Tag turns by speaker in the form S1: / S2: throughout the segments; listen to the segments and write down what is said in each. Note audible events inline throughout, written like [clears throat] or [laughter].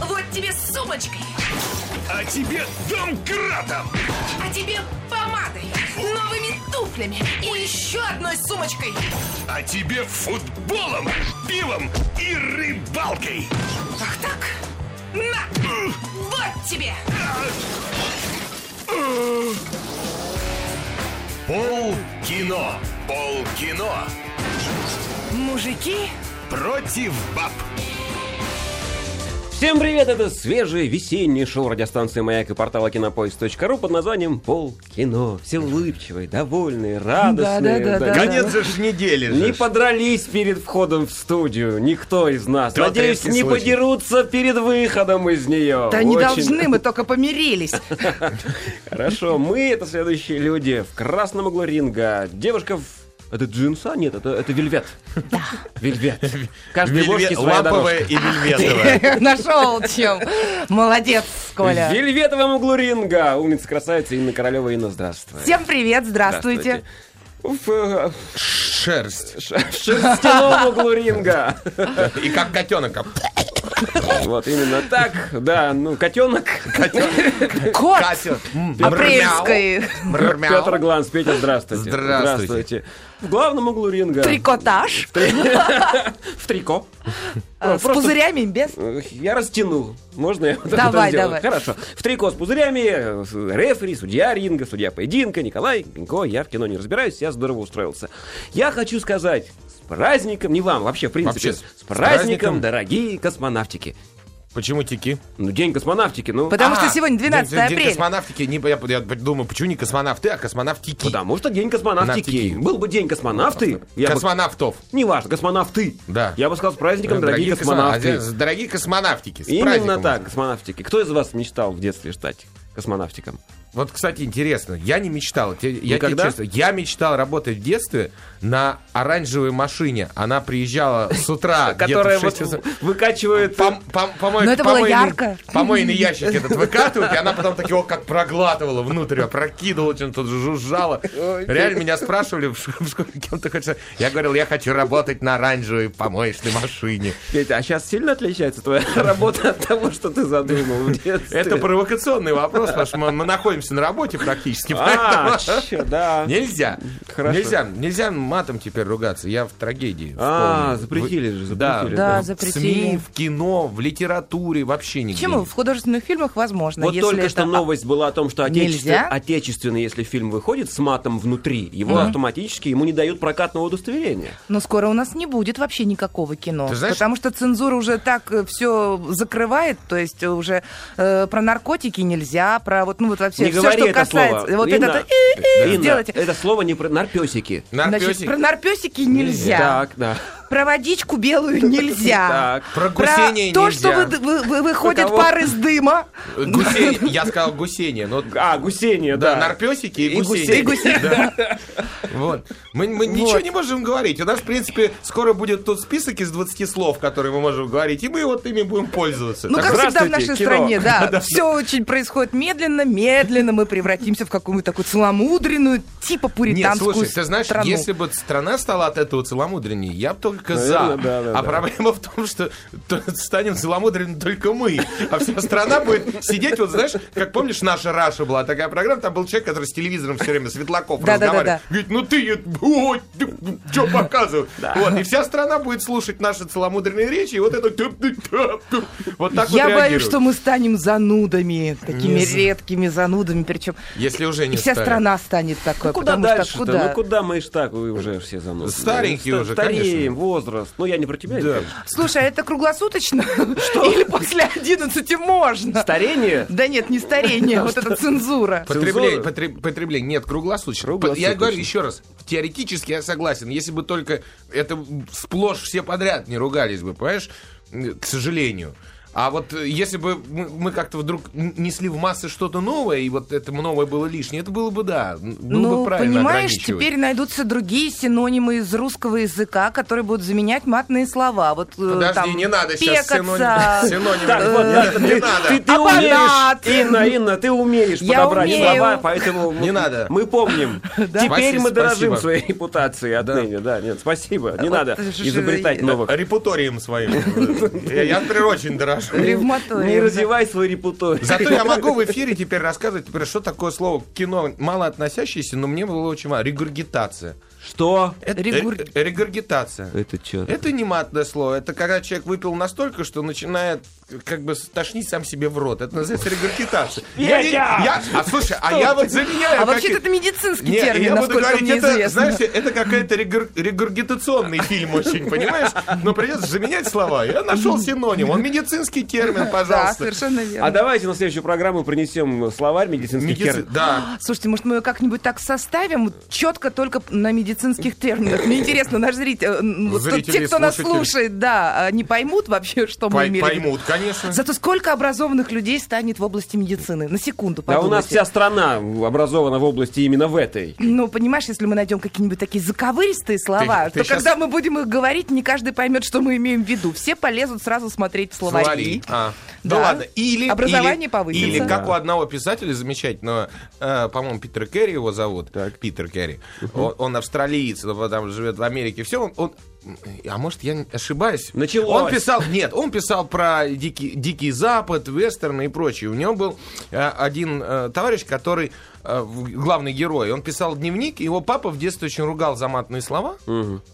S1: Вот тебе с сумочкой,
S2: А тебе домкратом!
S1: а тебе помадой, новыми туфлями и еще одной сумочкой.
S2: А тебе футболом, пивом и рыбалкой!
S1: Ах так? На! Вот тебе!
S2: Пол кино! Пол кино!
S1: Мужики
S2: Против баб!
S3: Всем привет, это свежее весеннее шоу радиостанции «Маяк» и портала «Кинопоиск.ру» под названием «Полкино». Все улыбчивые, довольные, радостные.
S1: Да-да-да-да.
S4: Конец же ж недели же.
S3: Не
S4: ж.
S3: подрались перед входом в студию, никто из нас.
S4: Да,
S3: Надеюсь,
S4: редкий
S3: не
S4: случай.
S3: подерутся перед выходом из нее.
S1: Да не
S3: Очень
S1: должны, мы только помирились. [laughs]
S3: Хорошо, мы это следующие люди. В красном углу ринга девушка в... Это джинса? Нет, это, это вельвет. Вельвет. Каждой
S4: Вельве-
S3: ложке своя
S4: Ламповая
S3: дорожка.
S4: и вельветовая.
S3: [laughs]
S1: Нашел чем. Молодец,
S3: В
S1: Коля.
S3: вельветовом углу ринга. Умница, красавица Инна Королева. Инна, здравствуй.
S1: Всем привет, здравствуйте.
S3: В, э,
S4: Шерсть.
S3: ш- в шерстяном углу ринга.
S4: И как котенок. а,
S3: Вот именно так. Да, ну, котенок.
S1: Кот
S4: Катя. М,
S1: апрельской.
S4: мрмяу, мрмяу.
S3: Петр Гланс. Петя, здравствуйте.
S4: Здравствуйте.
S3: В главном углу ринга.
S1: Трикотаж
S3: [laughs] В трико.
S1: э, с
S3: Просто-
S1: пузырями без.
S3: Э, Я растянул. Можно я вот это
S1: Давай,
S3: сделаю?
S1: давай.
S3: Хорошо. В трико с пузырями, э, с- рефери, судья ринга, судья поединка, Николай, Гринько. Я в кино не разбираюсь, я здорово устроился. Я хочу сказать, с праздником, не вам, вообще, в принципе,
S4: Вообще,
S3: с,
S4: с
S3: праздником,
S4: праздником.
S3: дорогие космонавтики.
S4: Почему тики?
S3: Ну, день космонавтики, ну...
S1: Потому что
S4: А,
S1: сегодня 12
S4: день- день
S1: апреля.
S4: космонавтики. Не, я, я думаю, почему не космонавты, а космонавтики?
S3: Потому что день космонавтики.
S4: Космонавтики.
S3: Был бы день космонавты, я бы-
S4: Космонавтов.
S3: Неважно, космонавты.
S4: Да.
S3: Я бы сказал с праздником, дорогие,
S4: космонавты.
S3: космонавты.
S4: А, Дорогие космонавтики. с
S3: Именно
S4: праздником вас.
S3: так, космонавтики. Кто из вас мечтал в детстве стать космонавтиком?
S4: Вот, кстати, интересно, я не мечтал. Те- Я, тебе
S3: Никогда?
S4: честно, я мечтал работать в детстве на оранжевой машине. Она приезжала с утра,
S3: [laughs]
S4: где-то в
S3: Которая
S4: шесть
S3: вот
S4: часов.
S3: выкачивает...
S4: Пом- пом- помой-
S1: Но это было
S4: помойный-
S1: ярко. [laughs]
S4: Помойный ящик этот выкатывают, и она потом так его как проглатывала внутрь, опрокидывала, чем-то жужжала. Реально меня спрашивали в ш- в школе, кем ты хочешь. Я говорил, я хочу работать на оранжевой помоечной машине.
S3: Петя, а сейчас сильно отличается твоя [laughs] работа от того, что ты задумал в детстве?
S4: Это провокационный вопрос, потому что мы, мы находимся на работе практически.
S3: [laughs] А,
S4: поэтому-
S3: чё, да.
S4: Нельзя.
S3: Хорошо.
S4: Нельзя, нельзя матом теперь ругаться. Я в трагедии.
S3: А,
S4: в полной.
S3: запретили же,
S4: Вы-
S3: запретили.
S1: Да,
S4: в
S1: запретили.
S4: СМИ, в кино, в литературе, вообще нигде.
S1: Почему?
S4: нет.
S1: В художественных фильмах возможно.
S3: Вот
S1: если
S3: только
S1: это а-
S3: что новость была о том, что отечество-
S1: Нельзя?
S3: отечественный, если фильм выходит с матом внутри, его автоматически ему не дают прокатного удостоверения.
S1: Но скоро у нас не будет вообще никакого кино.
S4: Ты знаешь-
S1: потому что цензура уже так все закрывает, то есть уже э, про наркотики нельзя, про вот, ну вот вообще
S3: не
S1: все,
S3: говори
S1: что
S3: это
S1: касается.
S3: слово.
S1: Вот
S3: Инна,
S1: это э, э,
S3: Инна,
S1: сделайте.
S3: это слово не про нарпесики.
S1: Значит,
S4: Наркотик.
S1: про нарпесики нельзя.
S3: Так, да.
S1: Про водичку белую нельзя.
S3: Так.
S4: Про
S1: Про
S4: гусение
S1: то,
S4: нельзя.
S1: что вы- вы- вы- выходит
S3: Кого?
S1: пар из дыма.
S4: Гусение. Я сказал гусение, но...
S3: А, гусение, да.
S4: Да, нарпесики и,
S3: И гусей.
S4: гусени. Да. Вот. Мы, мы ничего не можем говорить. У нас, в принципе, скоро будет тот список из 20 слов, которые мы можем говорить, и мы вот ими будем пользоваться.
S1: Ну,
S3: Так,
S1: как всегда в
S3: здравствуйте,
S1: нашей
S3: кино.
S4: [laughs]
S1: стране, да. Все очень происходит медленно, медленно. Мы превратимся в какую-нибудь такую целомудренную, типа
S4: Нет,
S1: пуританскую
S4: слушай, ты знаешь,
S1: страну.
S4: если бы страна стала от этого целомудреннее, я бы только
S3: Наверное,
S4: за.
S3: Ну, да, да,
S4: а
S3: да.
S4: проблема в том, что то- станем целомудренными только мы, а вся страна будет сидеть, вот знаешь, как помнишь, наша Раша была такая программа, там был человек, который с телевизором все время, Светлаков,
S1: Да, да, да,
S4: разговаривал.
S1: да.
S4: Говорит, ну ты, что показывал? Вот, и вся страна будет слушать наши целомудренные речи, и вот это... тю-тю-тю-тю. Вот так вот
S1: Я боюсь,
S4: реагируют.
S1: что мы станем занудами, такими
S4: Не за-
S1: редкими занудами, причем
S4: Если уже не
S1: и вся
S4: стали.
S1: страна станет такой,
S3: Куда
S1: потому
S3: дальше
S1: что куда?
S3: Ну куда мы ж так вы уже все заносим.
S4: Старенькие уже,
S3: Стареем,
S4: конечно.
S3: возраст. Ну я не про тебя.
S4: Да.
S3: это, конечно.
S1: Слушай, а это круглосуточно? Что? Или после 11 можно?
S3: Старение?
S1: Да нет, не
S4: [laughs]
S1: старение, вот эта цензура.
S4: Потребление,
S3: Цензура?
S4: потреб- потребление. Нет, А круглосуточно.
S3: Круглосуточно.
S4: Я говорю еще раз, теоретически я согласен, если бы только это сплошь все подряд не ругались бы, понимаешь, М, к сожалению. А вот э, если бы мы, мы как-то вдруг н- несли в массы что-то новое, и вот это новое было лишнее, это было бы, да, н- было
S1: ну,
S4: бы правильно
S1: понимаешь,
S4: ограничивать.
S1: теперь найдутся другие синонимы из русского языка, которые будут заменять матные слова. Вот, э,
S4: Подожди,
S1: там,
S4: не надо сейчас
S1: пекаться. э,
S4: синоним, синонимы.
S3: Так, вот,
S4: Не-
S3: Инна,
S4: не
S3: ты, ты-
S4: надо.
S3: ты умеешь,
S1: Абонат.
S3: Инна, Инна, ты умеешь
S1: Я
S3: подобрать
S1: умею.
S3: слова, поэтому
S4: Не надо.
S3: Мы
S1: [laughs]
S3: помним. Теперь
S4: Спасибо,
S3: мы дорожим
S4: спасибо.
S3: своей репутацией отныне. Да, нет, спасибо. Не
S1: Вот
S3: надо
S1: это же-
S3: изобретать
S4: [laughs]
S3: новых.
S4: Репуторием своим. Я, я, например, очень дорожу хорошо.
S1: [laughs] Ревматоид.
S3: Не развивай свой репутор.
S4: Зато я могу
S1: [laughs]
S4: в эфире теперь рассказывать, теперь, что такое слово к кино, мало относящееся, но мне было очень мало. Регургитация.
S3: [laughs] Что?
S4: Это,
S1: Регур-
S4: э, э, регургитация.
S3: Это что?
S4: Это не матное слово. Это когда человек выпил настолько, что начинает э, как бы тошнить сам себе в рот. Это называется
S1: [laughs]
S4: регургитация. Я,
S3: Петя!
S4: я- а слушай, а я вот заменяю.
S1: А
S4: как
S1: вообще-то
S4: и-
S1: это медицинский
S4: Не,
S1: термин,
S4: я буду
S1: насколько
S4: говорить,
S1: мне
S4: это,
S1: известно.
S4: знаешь, это какой-то регур- регургитационный фильм
S1: [laughs]
S4: очень, понимаешь? Но придется заменять слова. Я нашел синоним. Он медицинский термин,
S1: [laughs] да,
S4: пожалуйста.
S1: совершенно верно.
S3: А давайте на следующую программу принесем словарь медицинских
S4: Медици-
S3: терминов.
S4: Да.
S1: Слушайте, может, мы ее как-нибудь так составим, четко только на медицинских терминах. Мне интересно, наш зритель, э, м, вот
S4: Зрители,
S1: те, кто нас
S4: слушатели.
S1: слушает, да, э, не поймут вообще, что мы
S4: Пой-
S1: имели. в виду.
S4: поймут, конечно.
S1: Зато сколько образованных людей станет в области медицины? На секунду
S3: Да
S1: подумайте.
S3: А у нас вся страна образована в области именно в этой.
S1: Ну, понимаешь, если мы найдем какие-нибудь такие заковыристые слова,
S4: ты
S1: то
S4: щас-
S1: когда мы будем их говорить, не каждый поймет, что мы имеем в виду. Все полезут сразу смотреть в словари.
S4: Словари. А. Да.
S1: Да.
S4: ладно. Или,
S1: Образование
S4: или-
S1: повысится.
S4: Или,
S1: Да.
S4: как у одного писателя замечательного, э, по-моему, Питер Керри его зовут.
S3: Так.
S4: Питер Керри. Он, он австралиец, он там живет в Америке. Все, он, он- А может, я не- ошибаюсь?
S3: Началось.
S4: Он писал... Нет, он писал про дикий, дикий Запад, вестерны и прочее. У него был э, один э, товарищ, который э, в- главный герой. Он писал дневник, его папа в детстве очень ругал за матные слова.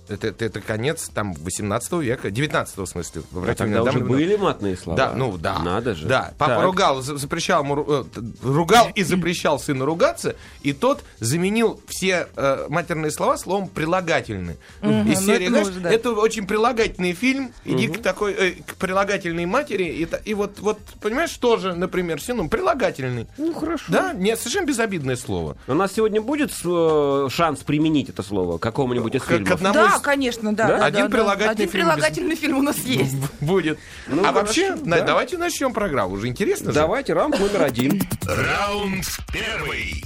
S4: Это, это, это конец там 18 века, 19 в смысле.
S3: А
S4: Обратите
S3: тогда
S4: внимание,
S3: уже
S4: там-
S3: были матные слова.
S4: да, ну да.
S3: Надо же.
S4: Да, папа
S3: Так.
S4: ругал, за- запрещал ему, ру- э, т- ругал и запрещал сына ругаться, и тот заменил все э, матерные слова словом прилагательные. Из
S1: ну
S4: серии,
S1: это
S4: знаешь,
S1: нужно, да.
S4: это очень прилагательный фильм, иди к такой, э, к прилагательной матери, и, та- и вот, вот, понимаешь, тоже, например, сину прилагательный.
S3: Ну хорошо.
S4: Да, нет, совершенно безобидное слово.
S3: У нас сегодня будет э, шанс применить это слово к какому-нибудь из
S4: К- к
S3: фильмов?
S4: одному
S1: Да,
S4: из-
S1: конечно, да.
S4: Да?
S1: да,
S4: Один
S1: да, да.
S4: прилагательный
S1: Один
S4: фильм без-
S1: прилагательный фильм у нас есть.
S4: [laughs] Будет.
S3: Ну,
S4: а
S3: хорошо,
S4: вообще, на-
S3: да.
S4: давайте начнем программу. Уже интересно же.
S3: Давайте раунд номер один.
S2: Раунд первый.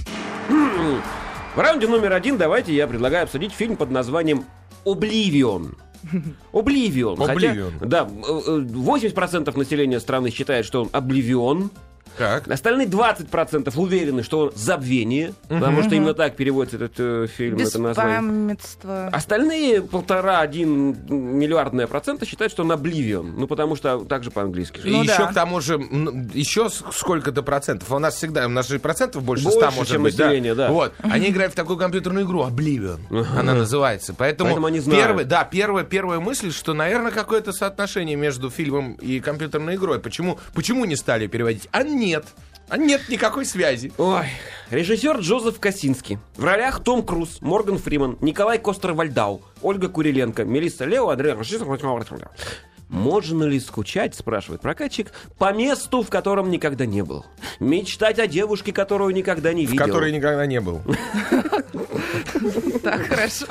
S3: В раунде номер один давайте я предлагаю обсудить фильм под названием «Обливион». Обливион.
S4: Обливион.
S3: Хотя, да, э, э, 80% населения страны считает, что он обливион.
S4: Так.
S3: Остальные 20% уверены, что он забвение, потому что именно так переводится этот э, фильм, это название.
S1: Беспамятство.
S3: Остальные полтора-один миллиардная процента считают, что он обливион. Ну, потому что также по-английски. же.
S4: И
S1: Ну
S4: еще
S1: да.
S4: к тому же, м, еще с- сколько-то процентов. У нас всегда, у нас же и процентов больше,
S3: Больше,
S4: 100 может
S3: чем
S4: быть.
S3: население, да.
S4: Вот. Они играют в такую компьютерную игру,
S3: [laughs]
S4: Oblivion она называется. Поэтому,
S3: Поэтому они знают.
S4: Первый, да, первая, первая мысль, что, наверное, какое-то соотношение между фильмом и компьютерной игрой. Почему, почему не стали переводить? А нет. А нет никакой связи.
S3: Ой, режиссер Джозеф Косинский. В ролях Том Круз, Морган Фриман, Николай Костер-Вальдау, Ольга Куриленко, Мелисса Лео, Андрей Рождественский. Можно ли скучать, спрашивает прокатчик, по месту, в котором никогда не был? Мечтать о девушке, которую никогда не видел?
S4: Которой никогда не
S3: [laughs]
S4: был.
S1: Так, хорошо.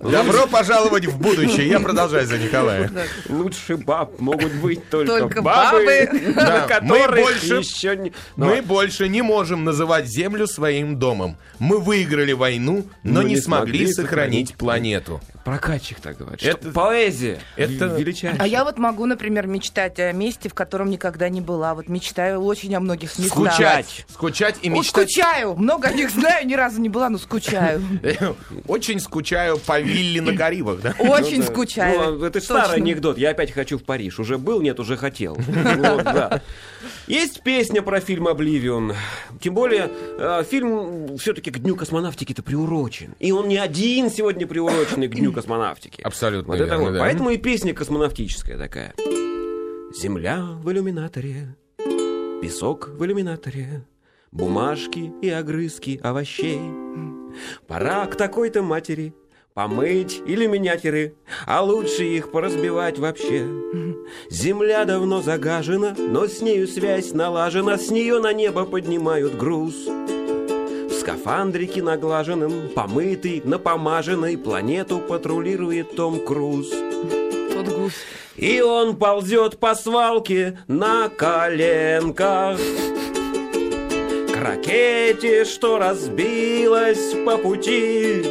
S4: Добро пожаловать в будущее. Я продолжаю за Николая.
S3: Лучше баб могут быть только,
S1: Только
S3: бабы,
S1: бабы.
S4: Да,
S3: на которых
S4: мы больше-
S3: еще не... Ну,
S4: Мы больше не можем называть Землю своим домом. Мы выиграли войну, но, не, смогли сохранить планету.
S3: Прокатчик так говорит.
S4: а Это-
S3: Что поэзия
S4: это-
S3: величайшая.
S1: А я вот могу, например, мечтать о месте, в котором никогда не была. Вот мечтаю очень о многих местах.
S4: Скучать. Скучать и
S1: О,
S4: мечтать.
S1: скучаю. Много о них знаю, ни разу не была, но скучаю.
S4: Очень скучаю по вилле на Карибах, Ну да? а
S1: Очень скучаю.
S3: Ну, это ж
S1: Точно.
S3: старый анекдот. Я опять хочу в Париж. Уже был, нет, уже
S1: [laughs]
S3: хотел. Вот, да. Есть песня про фильм «Обливион». Тем более, э, фильм все-таки к Дню космонавтики-то приурочен. И он не один сегодня
S4: [coughs]
S3: приуроченный к Дню космонавтики.
S4: Абсолютно
S3: Вот это
S4: верно,
S3: вот.
S4: да.
S3: Поэтому и песня космонавтическая такая. «Земля в иллюминаторе, песок в иллюминаторе, бумажки и огрызки овощей». Пора к такой-то матери помыть иллюминаторы, а лучше их поразбивать вообще. Земля давно загажена, но с нею связь налажена, с нее на небо поднимают груз. В скафандрике наглаженном, помытый, напомаженный, планету патрулирует Том Круз.
S1: Тот гусь.
S3: И он ползет по свалке на коленках К ракете, что разбилась по пути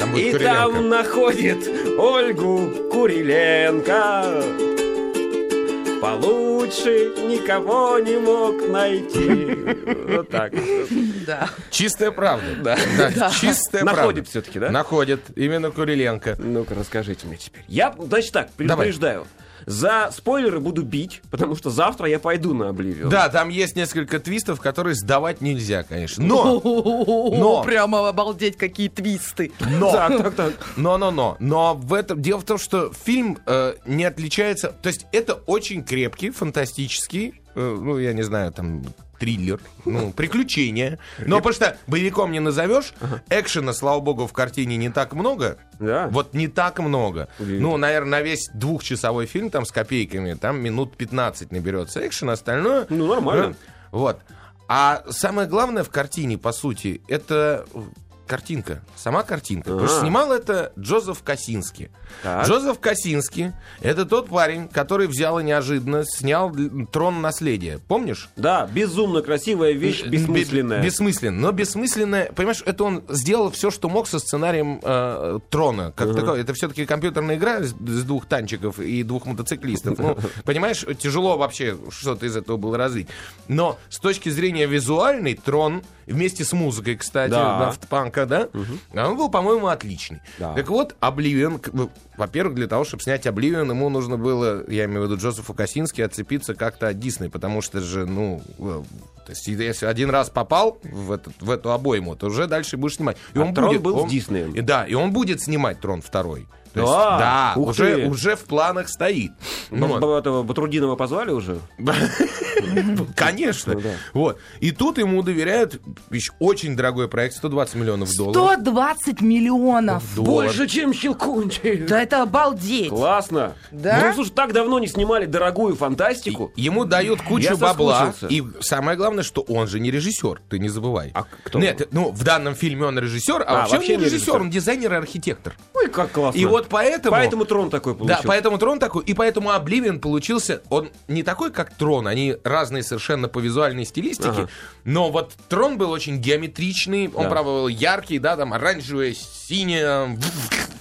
S4: Там
S3: и
S4: будет
S3: там
S4: Куриленко.
S3: находит Ольгу Куриленко. Получше никого не мог найти. Вот так.
S1: Да.
S4: Чистая правда. Да. Чистая правда.
S3: Находит всё-таки, да?
S4: Находит. Именно Куриленко.
S3: Ну-ка, расскажите мне теперь. Я, значит так, предупреждаю. За спойлеры буду бить, потому что завтра я пойду на Обливион.
S4: Да, там есть несколько твистов, которые сдавать нельзя, конечно.
S3: Ну,
S4: Но, Но-
S1: [laughs] Прямо обалдеть, какие твисты.
S4: но,
S3: [laughs] Так, так, так.
S4: но, но, но. Но в этом дело в том, что фильм э, не отличается. То есть это очень крепкий, фантастический, э, ну я не знаю, там триллер, ну приключения. Но потому что боевиком не назовешь. Экшена, слава богу, в картине не так много.
S3: Да.
S4: Вот не так много.
S3: Удивительно.
S4: Ну, наверное, на весь двухчасовой фильм там с копейками, там минут 15 наберется экшен, остальное...
S3: Ну, нормально.
S4: Э, Вот. А самое главное в картине, по сути, это э, картинка. Сама картинка. Потому что
S3: А.
S4: снимал это Джозеф Косинский.
S3: Так.
S4: Джозеф Косинский — это тот парень, который взял и неожиданно снял л- «Трон наследия». Помнишь?
S3: Да, безумно красивая вещь, бессмысленная.
S4: Бе- Бессмысленно. Но бессмысленная. Понимаешь, это он сделал все, что мог со сценарием э, Трона. Как такое. Это все-таки компьютерная игра с, с двух танчиков и двух мотоциклистов.
S3: [laughs]
S4: Ну, понимаешь, тяжело вообще что-то из этого было развить. Но с точки зрения визуальной, Трон, вместе с музыкой, кстати,
S3: Да.
S4: да, в Панка, да? А Он был, по-моему, отличный.
S3: Да.
S4: Так вот, Обливион, к- ну, во-первых, для того, чтобы снять Обливион, ему нужно было, я имею в виду Джозефу Косински, отцепиться как-то от Дисней, потому что же, ну, э, то есть, если один раз попал в, этот, в эту обойму, то уже дальше будешь снимать. И
S3: А «Трон» был с
S4: он-
S3: Диснеем.
S4: и Да, и он будет снимать «Трон второй». То есть,
S3: Да?
S4: да,
S3: Ух ты.
S4: уже, уже в планах стоит.
S3: Ну,
S4: Вот.
S3: б- этого Батрудинова позвали уже?
S4: [laughs]
S3: Ну
S4: Конечно. Вот. И тут ему доверяют еще очень дорогой проект, 120 миллионов долларов.
S1: 120 миллионов.
S4: Доллар.
S3: чем Щелкунчик.
S1: Да это обалдеть.
S3: Классно.
S1: Да?
S3: Ну, слушай, так давно не снимали дорогую фантастику.
S4: Ему дают
S3: Я
S4: кучу бабла.
S3: соскучился.
S4: И самое главное, что он же не режиссер, ты не забывай.
S3: А кто?
S4: Нет, ну в данном фильме он режиссер, а,
S3: А,
S4: вообще,
S3: вообще
S4: он не
S3: не
S4: режиссер,
S3: режиссер.
S4: он дизайнер и архитектор.
S3: Ой, Ну как классно.
S4: И вот поэтому.
S3: Поэтому трон такой
S4: Да,
S3: получился.
S4: поэтому трон такой, и поэтому Обливион получился, он не такой, как трон, они разные совершенно по визуальной стилистике,
S3: Ага.
S4: но вот трон был очень геометричный, он,
S3: Да.
S4: правда, был яркий, да, там оранжевое, синее,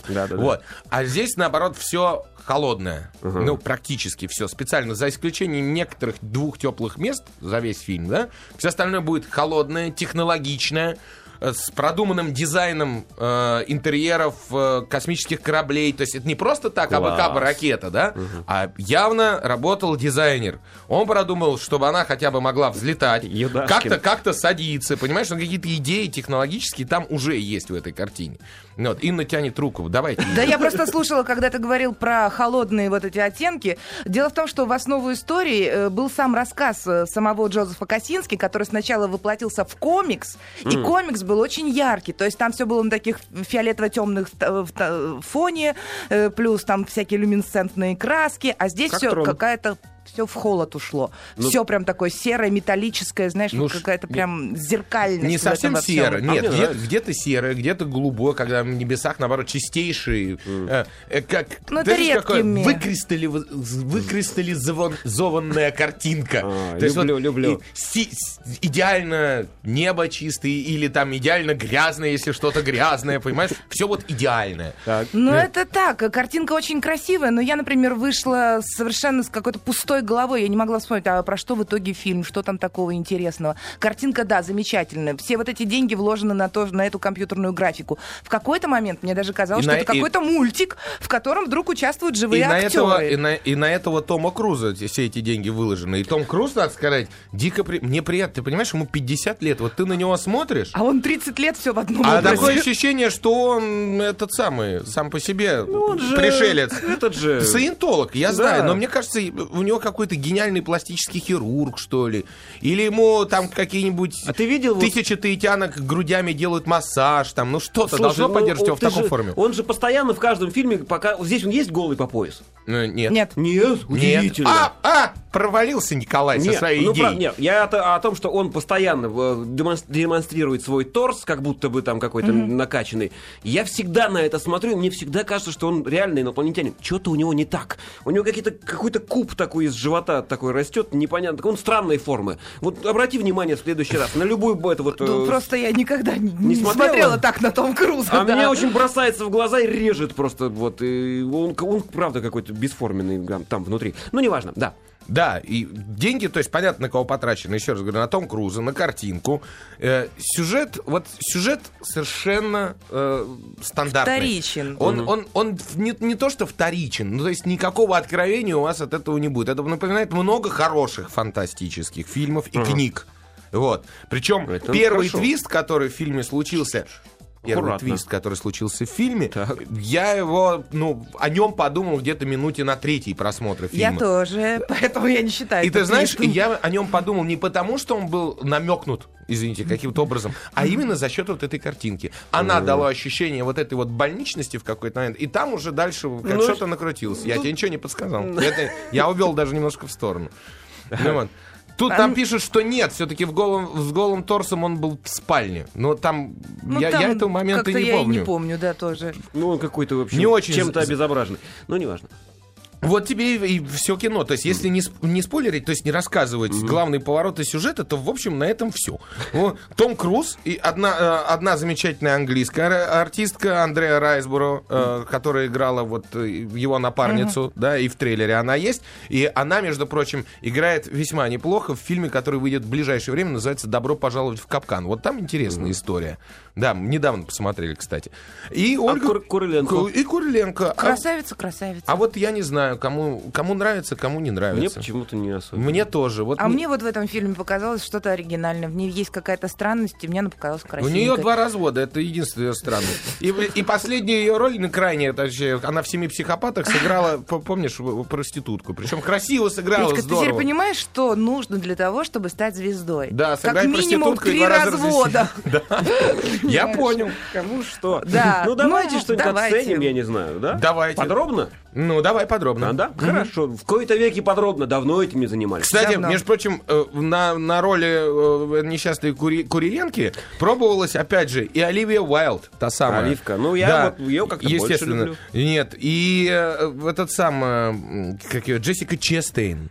S3: Да-да-да.
S4: вот. А здесь, наоборот, все холодное, ну, практически все, специально, за исключением некоторых двух теплых мест за весь фильм, да, все остальное будет холодное, технологичное, э, с продуманным дизайном э, интерьеров э, космических кораблей. То есть это не просто так
S3: Класс.
S4: абы-кабы ракета, да? А явно работал дизайнер. Он продумал, чтобы она хотя бы могла взлетать,
S3: Юдашкин.
S4: как-то как-то садиться, понимаешь? Ну, какие-то идеи технологические там уже есть в этой картине. Ну, Вот, Инна тянет руку,
S3: [laughs]
S4: давайте.
S1: Да я просто слушала, когда ты говорил про холодные вот эти оттенки. Дело в том, что в основу истории э, был сам рассказ э, самого Джозефа Косински, который сначала воплотился в комикс, и комикс был очень яркий. То есть там все было на таких фиолетово-темных т- в т- фоне, э, плюс там всякие люминесцентные краски, а здесь
S3: Как
S1: все
S3: трон.
S1: какая-то все в холод ушло.
S3: Ну-
S1: все прям такое серое, металлическое, знаешь,
S4: Ну
S1: вот
S4: ш-
S1: какая-то прям зеркальность.
S4: Не
S1: в этом
S4: совсем
S1: во всем.
S4: серо, нет,
S3: мне
S4: где-
S3: нравится.
S4: где-то серое, где-то голубое, когда в небесах, наоборот, чистейшие, э, э, как,
S1: Ну, это
S4: знаешь,
S1: редкие
S4: какое?
S1: мне.
S4: Выкристалли- выкристаллизованная картинка.
S3: А,
S4: То есть
S3: люблю, люблю.
S4: и- си- с- идеально небо чистое или там идеально грязное, если что-то грязное, понимаешь? Все вот идеальное.
S3: Так.
S1: Ну,
S4: Э.
S1: это так. Картинка очень красивая, но я, например, вышла совершенно с какой-то пустой головой. Я не могла вспомнить, а про что в итоге фильм, что там такого интересного. Картинка, да, замечательная. Все вот эти деньги вложены на, то, на эту компьютерную графику. В какой-то момент мне даже казалось,
S4: И
S1: что
S4: на-
S1: это
S4: и-
S1: какой-то мультик, в котором вдруг участвуют
S4: И
S1: живые
S4: на, этого, и,
S1: актеры.
S4: на, и на этого Тома Круза те- все эти деньги выложены. И Том Круз, надо сказать, дико при- мне приятно. Ты понимаешь, ему 50 лет. Вот ты на него смотришь,
S1: А он 30 лет все в одном
S4: А
S1: образе.
S4: такое ощущение, что он этот самый, сам по себе
S3: Он же-
S4: пришелец.
S3: Этот же...
S4: Саентолог, я
S3: Да.
S4: знаю, но мне кажется, у него какой-то гениальный пластический хирург, что ли. Или ему там какие-нибудь
S3: А ты видел... вот-
S4: тысячи таитянок грудями делают массаж, там, ну что-то
S3: Слушай,
S4: должно
S3: ну,
S4: поддерживать его в
S3: ты
S4: таком
S3: же-
S4: форме.
S3: Он же постоянно в каждом фильме, пока... вот Здесь он есть голый по пояс?
S4: Ну, Нет.
S1: Нет.
S3: Нет,
S4: Нет.
S3: удивительно.
S4: А, а, провалился Николай со
S3: Нет,
S4: своей
S3: ну,
S4: идеей.
S3: прав- нет, я о, о том, что он постоянно э, демонс- демонстрирует свой торс, как будто бы там какой-то накачанный. Я всегда на это смотрю, и мне всегда кажется, что он реальный инопланетянин. Что-то у него не так. У него какие-то, какой-то куб такой из живота такой растет, непонятно. Так Он странной формы. Вот обрати внимание в следующий раз на любую бы это вот... э,
S1: Ну, просто я никогда не, не
S3: смотрела?
S1: смотрела? так на Том Круза.
S3: А
S1: да.
S3: мне очень бросается в глаза и режет просто вот. и он, он правда какой-то бесформенный гам- там внутри. Ну, неважно, да.
S4: Да, и деньги, то есть понятно, на кого потрачены, еще раз говорю, на Том Круза, на картинку. Э, сюжет, вот сюжет совершенно э, стандартный.
S1: Вторичен.
S4: Он, он, он не, не то что вторичен, ну то есть никакого откровения у вас от этого не будет. Это напоминает много хороших фантастических фильмов и книг. Вот. Причем
S3: Это
S4: первый
S3: хорошо.
S4: твист, который в фильме случился, первый
S3: Аккуратно.
S4: твист, который случился в фильме, я его, ну, о нем подумал где-то минуте на третьей просмотра фильма.
S1: Я тоже, поэтому я не считаю.
S4: И
S1: это
S4: ты знаешь,
S1: твистом.
S4: я о нем подумал не потому, что он был намекнут, извините, каким-то образом, а именно за счет вот этой картинки. Она дала ощущение вот этой вот больничности в какой-то момент, и там уже дальше как
S3: Ну,
S4: что-то накрутилось. Я тебе ничего не подсказал. Это я увел даже немножко в сторону. Ну вот. Тут нам пишут, что нет, все-таки в голым, с голым торсом он был в спальне. Но там,
S1: Ну,
S4: я, я
S1: там
S4: этого момента
S1: как-то
S4: не
S1: я
S4: помню. А
S1: и не помню, да, тоже.
S3: Ну, он какой-то вообще
S4: Не очень
S3: чем-то
S4: з-
S3: обезображенный. Ну, неважно.
S4: Вот тебе и, все кино. То есть, если не, сп- не спойлерить, то есть не рассказывать главные повороты сюжета, то, в общем, на этом все. Том Круз и одна, э, одна замечательная английская ар- артистка Андреа Райсборо, э, которая играла вот э, его напарницу, да, и в трейлере она есть. И она, между прочим, играет весьма неплохо в фильме, который выйдет в ближайшее время, называется «Добро пожаловать в капкан». Вот там интересная история. Да, недавно посмотрели, кстати. И Ольга...
S3: А Кур- Куриленко?
S4: И Куриленко. А-
S1: Красавица, красавица.
S4: а вот я не знаю, кому, кому нравится, кому не
S3: Мне
S4: нравится.
S3: почему-то не особо.
S4: Мне тоже. Вот
S1: А
S4: н-
S1: мне вот в этом фильме показалось что-то оригинальное. В ней есть какая-то странность, и мне она показалась
S4: У
S1: красивой.
S4: нее два развода, это единственная странно. И, и последняя ее роль, на крайне, это вообще, она в «Семи психопатах» сыграла, п- помнишь, в- в проститутку. Причем красиво сыграла,
S1: Петька, ты теперь
S4: здорово.
S1: понимаешь, что нужно для того, чтобы стать звездой?
S4: Да,
S1: Как
S4: сыграй
S1: минимум
S4: проститутку и
S1: три
S4: два раза
S1: развода.
S4: [laughs] Я понял.
S3: Кому что?
S1: Да.
S3: Ну, давайте
S1: Ну,
S3: что-нибудь
S1: давайте.
S3: оценим, я не знаю, да?
S4: Давайте.
S3: Подробно?
S4: Ну, давай
S3: А,
S4: подробно.
S3: да? Хорошо. В кои-то веки подробно. Давно этим не занимались.
S4: Кстати,
S1: Давно.
S4: между прочим, э, на, на роли э, несчастной Кури- Куриенки пробовалась, опять же, и Оливия Уайлд, та самая.
S3: Оливка. Ну, я вот её как-то больше
S4: Естественно.
S3: люблю.
S4: Нет, и э, этот сам, э, м, как ее, Джессика Честейн.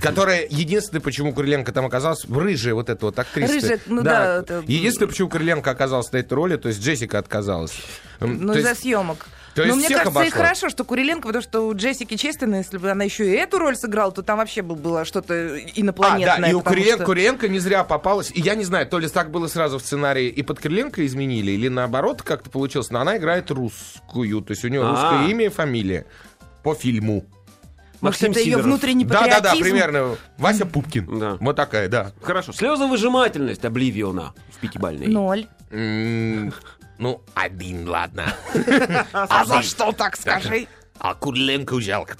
S4: Которая единственная, почему Куриленко там оказалась, рыжая вот эта вот актриса.
S1: Рыжая, ну да, это-
S4: Единственное, почему Куриленко оказалась на этой роли, то есть Джессика отказалась. М,
S1: [laughs] Ну,
S4: то
S1: из-за
S4: есть-
S1: съемок.
S4: то есть
S1: Но мне
S4: всех
S1: кажется, и
S4: обошло.
S1: хорошо, что Куриленко, потому что у Джессики Честина, если бы она еще и эту роль сыграла, то там вообще бы было что-то
S4: А,
S1: инопланетное.
S4: да, и у
S1: потому
S4: Куриленко,
S1: что-
S4: Куриленко не зря попалась. И я не знаю, то ли так было сразу в сценарии, и под Куриленко изменили, или наоборот как-то получилось. Но она играет русскую, то есть у нее
S3: А.
S4: русское имя и фамилия по фильму.
S1: Может,
S3: Максим
S1: это ее
S3: Сидоров.
S1: внутренний
S4: Да-да-да,
S1: патриотизм?
S4: примерно. Вася Пупкин.
S3: Да.
S4: Вот такая, да.
S3: Хорошо. Слезовыжимательность Обливиона в пятибальной.
S1: Ноль.
S4: М, Ну, один, ладно.
S1: А за что так скажи?
S4: А Куриленко жалко.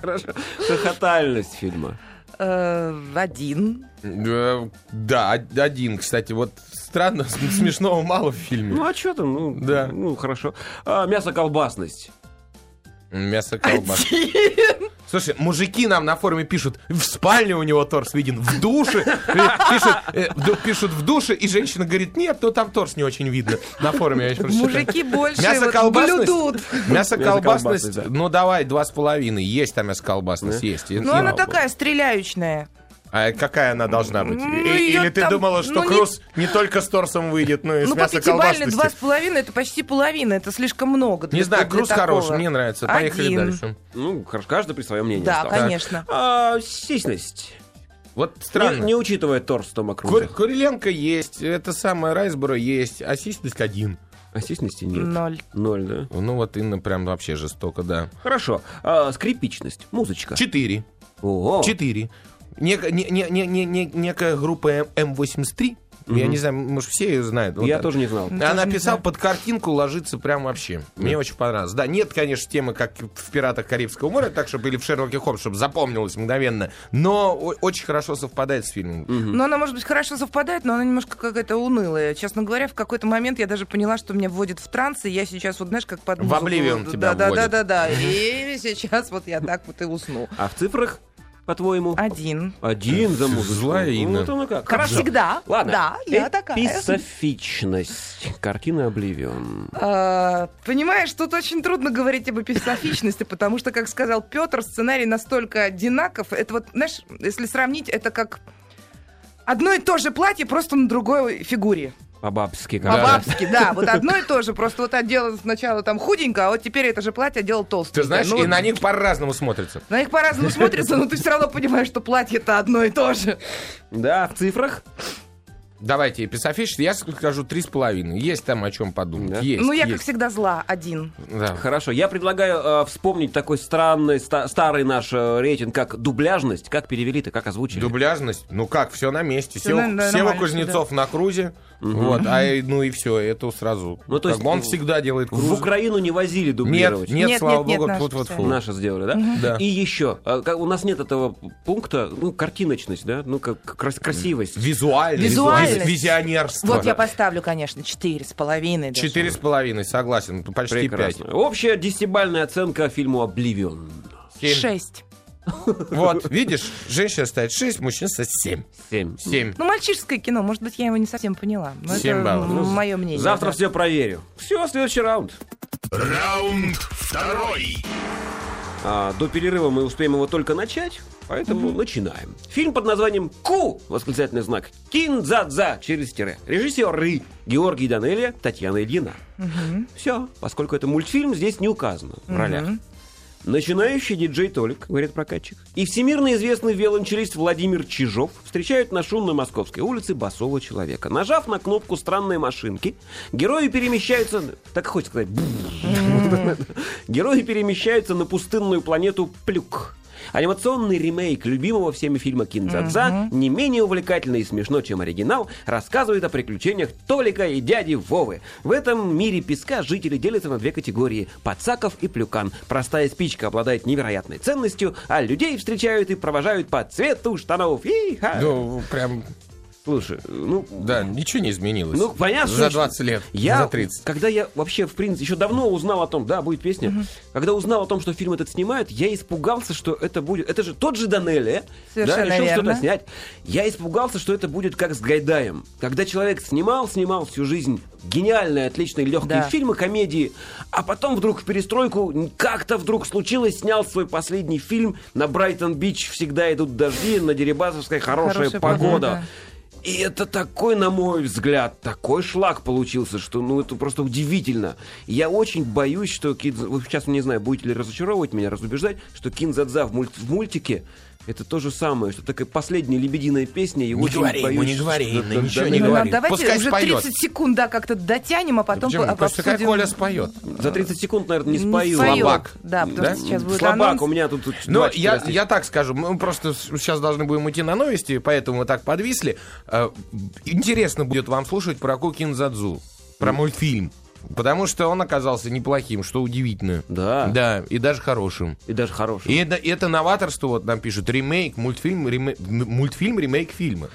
S3: Хорошо. Хохотальность фильма.
S1: Э, Один.
S4: Э, Да, од- один, кстати. Вот странно, [laughs] с- смешного мало в
S3: Ну,
S4: фильме.
S3: а что там? Ну,
S4: Да.
S3: Ну, хорошо. А, мясо-колбасность.
S4: Мясо колбас.
S1: [laughs]
S4: Слушай, мужики нам на форуме пишут, в спальне у него торс виден, в душе. И Пишут, э, в ду- пишут в душе, и женщина говорит, нет, ну там торс не очень видно. На форуме я еще прочитал. [laughs]
S1: Мужики больше
S4: Мясо
S1: вот
S4: колбасность?
S1: блюдут.
S4: Мясо колбасность,
S3: да.
S4: ну давай, два с половиной. Есть там мясо колбасность, есть. И-
S1: Ну,
S4: и-
S1: она такая стреляющая.
S4: А какая она должна быть?
S1: Ну,
S4: И-
S1: её
S4: Или ты
S1: там,
S4: думала, что
S1: ну, не-
S4: Круз не только с торсом выйдет, но и с
S1: Ну, по
S4: мясо
S1: пятибалльной
S4: колбасности.
S1: два с половиной, это почти половина, это слишком много.
S4: Не
S1: для-
S4: знаю,
S1: для
S4: Круз
S1: такого.
S4: хорош, мне нравится. Поехали
S1: Один.
S4: дальше.
S3: Ну, хорошо, каждый при своем мнении.
S1: Да,
S3: остался.
S1: конечно.
S3: А, сисьность.
S4: Вот
S3: Не,
S4: странно.
S3: не учитывая торс Тома
S4: Кур-
S3: Круза.
S4: Куриленко есть, это самое Райсборо есть, а сисьность один.
S3: А сисьности нет.
S1: Ноль.
S3: Ноль, да?
S4: Ну вот Инна прям вообще жестоко, да.
S3: Хорошо. А, скрипичность. Музычка.
S4: Четыре.
S3: О,
S4: Четыре. Нек- не- не- не- не- не- некая группа М- М83, я не знаю, может, все ее знают. вот
S3: я
S4: так.
S3: тоже не знал.
S1: Тоже
S4: Она
S1: не
S4: писала под картинку, ложится прям вообще. Мне очень понравилось. Да, нет, конечно, темы, как в «Пиратах Карибского моря», так, чтобы или в «Шерлоке Холмс», чтобы запомнилось мгновенно. Но о- очень хорошо совпадает с фильмом.
S3: Ну,
S1: Но она, может быть, хорошо совпадает, но она немножко какая-то унылая. Честно говоря, в какой-то момент я даже поняла, что меня вводит в транс, и я сейчас вот, знаешь, как под
S4: В
S1: музыку.
S4: Oblivion тебя
S1: да, да,
S4: вводит.
S1: да, да, да. И сейчас вот я так вот и усну.
S3: А в цифрах, по-твоему?
S1: Один.
S3: Один за музыку.
S4: Злая
S3: Ну,
S4: Инна.
S3: вот оно как.
S1: Как
S3: Хорошо.
S1: всегда.
S3: Ладно.
S1: Да, я такая.
S3: Эписофичность. Картина Обливион.
S1: А, Понимаешь, тут очень трудно говорить об эписофичности, потому что, как сказал Петр, сценарий настолько одинаков. Это вот, знаешь, если сравнить, это как одно и то же платье, просто на другой фигуре.
S3: По-бабски как-то.
S1: По-бабски, да, вот одно и то же. Просто вот одела сначала там худенько, а вот теперь это же платье одела толстенько.
S4: Ты знаешь,
S1: Ну,
S4: и на них по-разному смотрится.
S1: на них по-разному смотрится, но ты все равно понимаешь, что платье-то одно и то же.
S3: Да, в цифрах.
S4: Давайте эписофиш, я скажу три с половиной. Есть там о чем подумать.
S3: Да.
S4: Есть,
S1: Ну, я, как
S4: есть.
S1: всегда, зла. Один.
S4: Да.
S3: Хорошо, я предлагаю э, вспомнить такой странный, ста- старый наш э, рейтинг, как дубляжность. Как перевели-то, как озвучили?
S4: Дубляжность, ну как, все на месте.
S1: Всё
S4: Сева,
S1: на- на-
S4: Сева
S1: нормально,
S4: Кузнецов на крузе, вот, а и- ну и все, это сразу.
S3: Ну, то
S4: Как
S3: есть
S4: бы он
S3: в-
S4: всегда делает круз.
S3: В Украину не возили
S4: Нет,
S3: дублировать.
S4: нет,
S1: Нет,
S4: слава
S1: нет, нет,
S4: богу,
S1: наши
S4: вот, вот,
S1: все.
S4: фу.
S3: Наши сделали, да?
S4: Да.
S3: И еще, а, как- у нас нет этого пункта, ну, картиночность, да? Ну, как крас- красивость.
S4: Визуальность. Виз-
S1: Визуальность.
S4: Визионерство.
S1: Вот я поставлю, конечно, четыре с половиной. даже.
S4: Четыре с половиной, согласен, почти типа пять.
S3: Прекрасно. Общая десятибальная оценка фильму «Обливион».
S4: Семь.
S1: Шесть.
S4: Вот, видишь, женщина ставит шесть, мужчина ставит семь.
S3: Семь.
S4: Семь.
S1: Ну, мальчишеское кино, может быть, я его не совсем поняла. Но
S4: Семь
S1: это
S4: баллов. Ну,
S1: мое мнение.
S3: Завтра
S1: да.
S3: все проверю. Все, следующий раунд.
S2: Раунд второй.
S3: А, до перерыва мы успеем его только начать, поэтому начинаем. Фильм под названием «Ку!» восклицательный знак «Кинзадза» через тире. Режиссеры Георгий Данелия, Татьяна Ильина. Все, поскольку это мультфильм, здесь не указано в ролях. Начинающий диджей Толик, говорит прокатчик, и всемирно известный виолончелист Владимир Чижов встречают на шумной московской улице басового человека. Нажав на кнопку странной машинки, герои перемещаются... Так хоть сказать... Герои перемещаются на пустынную планету Плюк. Анимационный ремейк любимого всеми фильма Кинзадза, не менее увлекательно и смешно, чем оригинал, рассказывает о приключениях Толика и дяди Вовы. В этом мире песка жители делятся на две категории – подсаков и плюкан. Простая спичка обладает невероятной ценностью, а людей встречают и провожают по цвету штанов. Иха!
S4: Ну, прям,
S3: Слушай, ну...
S4: да, ничего не изменилось.
S3: Ну, понятно.
S4: За
S3: что-
S4: 20 лет,
S3: Я,
S4: за 30.
S3: Когда я вообще, в принципе, еще давно узнал о том, да, будет песня, когда узнал о том, что фильм этот снимают, я испугался, что это будет... Это же тот же Данелия, да,
S1: Совершенно
S3: решил
S1: верно.
S3: что-то снять. Я испугался, что это будет как с Гайдаем. Когда человек снимал, снимал всю жизнь гениальные, отличные, легкие
S1: Да.
S3: фильмы, комедии, а потом вдруг в перестройку как-то вдруг случилось, снял свой последний фильм на Брайтон-Бич «Всегда идут дожди», на Дерибасовской «Хорошая,
S1: Хорошая
S3: погода».
S1: погода.
S3: И это такой, на мой взгляд, такой шлак получился, что ну это просто удивительно. Я очень боюсь, что Кин... вот Сейчас ну, не знаю, будете ли разочаровывать меня, разубеждать, что Кинзадза в, мульт... в мультике это то же самое, что такая последняя лебединая песня. И очень
S4: говори ему,
S3: боюсь,
S4: не говори,
S3: что-
S4: Инна, ничего
S3: да,
S4: не
S3: да,
S1: Ну,
S4: говори.
S1: нам давайте
S4: Пускай
S1: уже
S4: споёт.
S1: 30 секунд, да, как-то дотянем, а потом
S4: Почему?
S1: по-
S4: Потому что как
S1: обсудим.
S4: Коля споет.
S3: За 30 секунд, наверное, не
S1: Не
S3: спою.
S1: споёт.
S4: Слабак.
S1: Да, потому
S4: Да?
S1: что сейчас будет
S3: Слабак,
S1: анонс.
S3: у меня тут... тут
S4: Ну,
S3: два
S4: я,
S3: четверости.
S4: я так скажу, мы просто сейчас должны будем идти на новости, поэтому мы так подвисли. Э, Интересно будет вам слушать про Кукинзадзу, про мультфильм. Потому что он оказался неплохим, что удивительно.
S3: Да.
S4: Да, и даже хорошим.
S3: И даже хороший.
S4: И это, и это новаторство, вот нам пишут, ремейк, мультфильм, реме- м- мультфильм, ремейк фильма.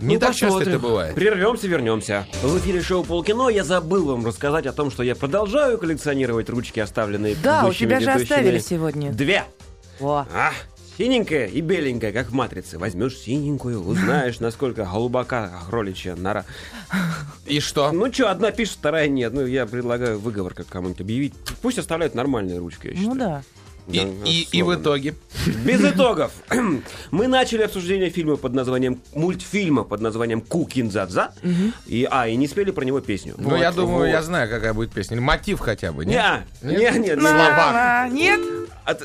S4: Не
S3: Ну,
S4: так часто
S3: посмотрим.
S4: это бывает.
S3: Прервемся, вернемся. В эфире шоу «Полкино» я забыл вам рассказать о том, что я продолжаю коллекционировать ручки, оставленные
S1: Да, у
S3: предыдущими
S1: тебя же
S3: ведущими.
S1: оставили сегодня.
S3: Две.
S1: Во.
S3: А, синенькая и беленькая, как в «Матрице». Возьмешь синенькую, узнаешь, насколько глубока кроличья нора.
S4: И что?
S3: Ну что, одна пишет, вторая нет. Ну, я предлагаю выговор как кому-нибудь объявить. Пусть оставляют нормальные ручки, я
S1: Ну
S3: считаю.
S1: да.
S4: И,
S3: Да,
S4: и- и в
S3: словно.
S4: итоге.
S3: Без итогов. [clears throat] Мы начали обсуждение фильма под названием мультфильма под названием Кукинзадза. И а и не спели про него песню.
S4: Ну, я думаю, я знаю, какая будет песня. Или Мотив хотя бы. нет?
S3: Не, не, не,
S1: Мама, А, нет?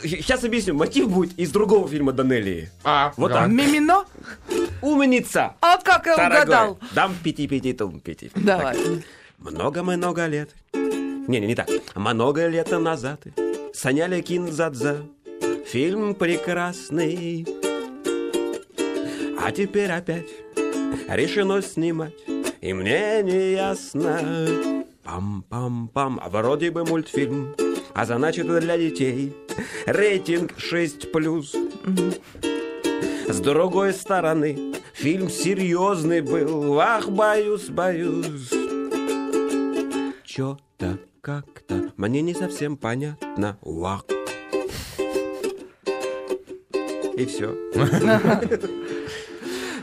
S3: Сейчас объясню. Мотив будет из другого фильма Данелии.
S4: А,
S3: Вот
S4: да.
S3: так.
S1: Мимино?
S3: Умница.
S1: А вот как я
S3: дорогой.
S1: угадал?
S3: Дам пяти пяти тум пяти.
S1: Давай.
S3: Много-много лет. Не-не, не так. Много лета назад соняли кинзадза. Фильм прекрасный. А теперь опять решено снимать. И мне не ясно. Пам-пам-пам. А вроде бы мультфильм. А значит это для детей. Рейтинг 6+. С другой стороны, фильм серьезный был. Ах, боюсь, боюсь. Чё-то как-то мне не совсем понятно. Уах. И все.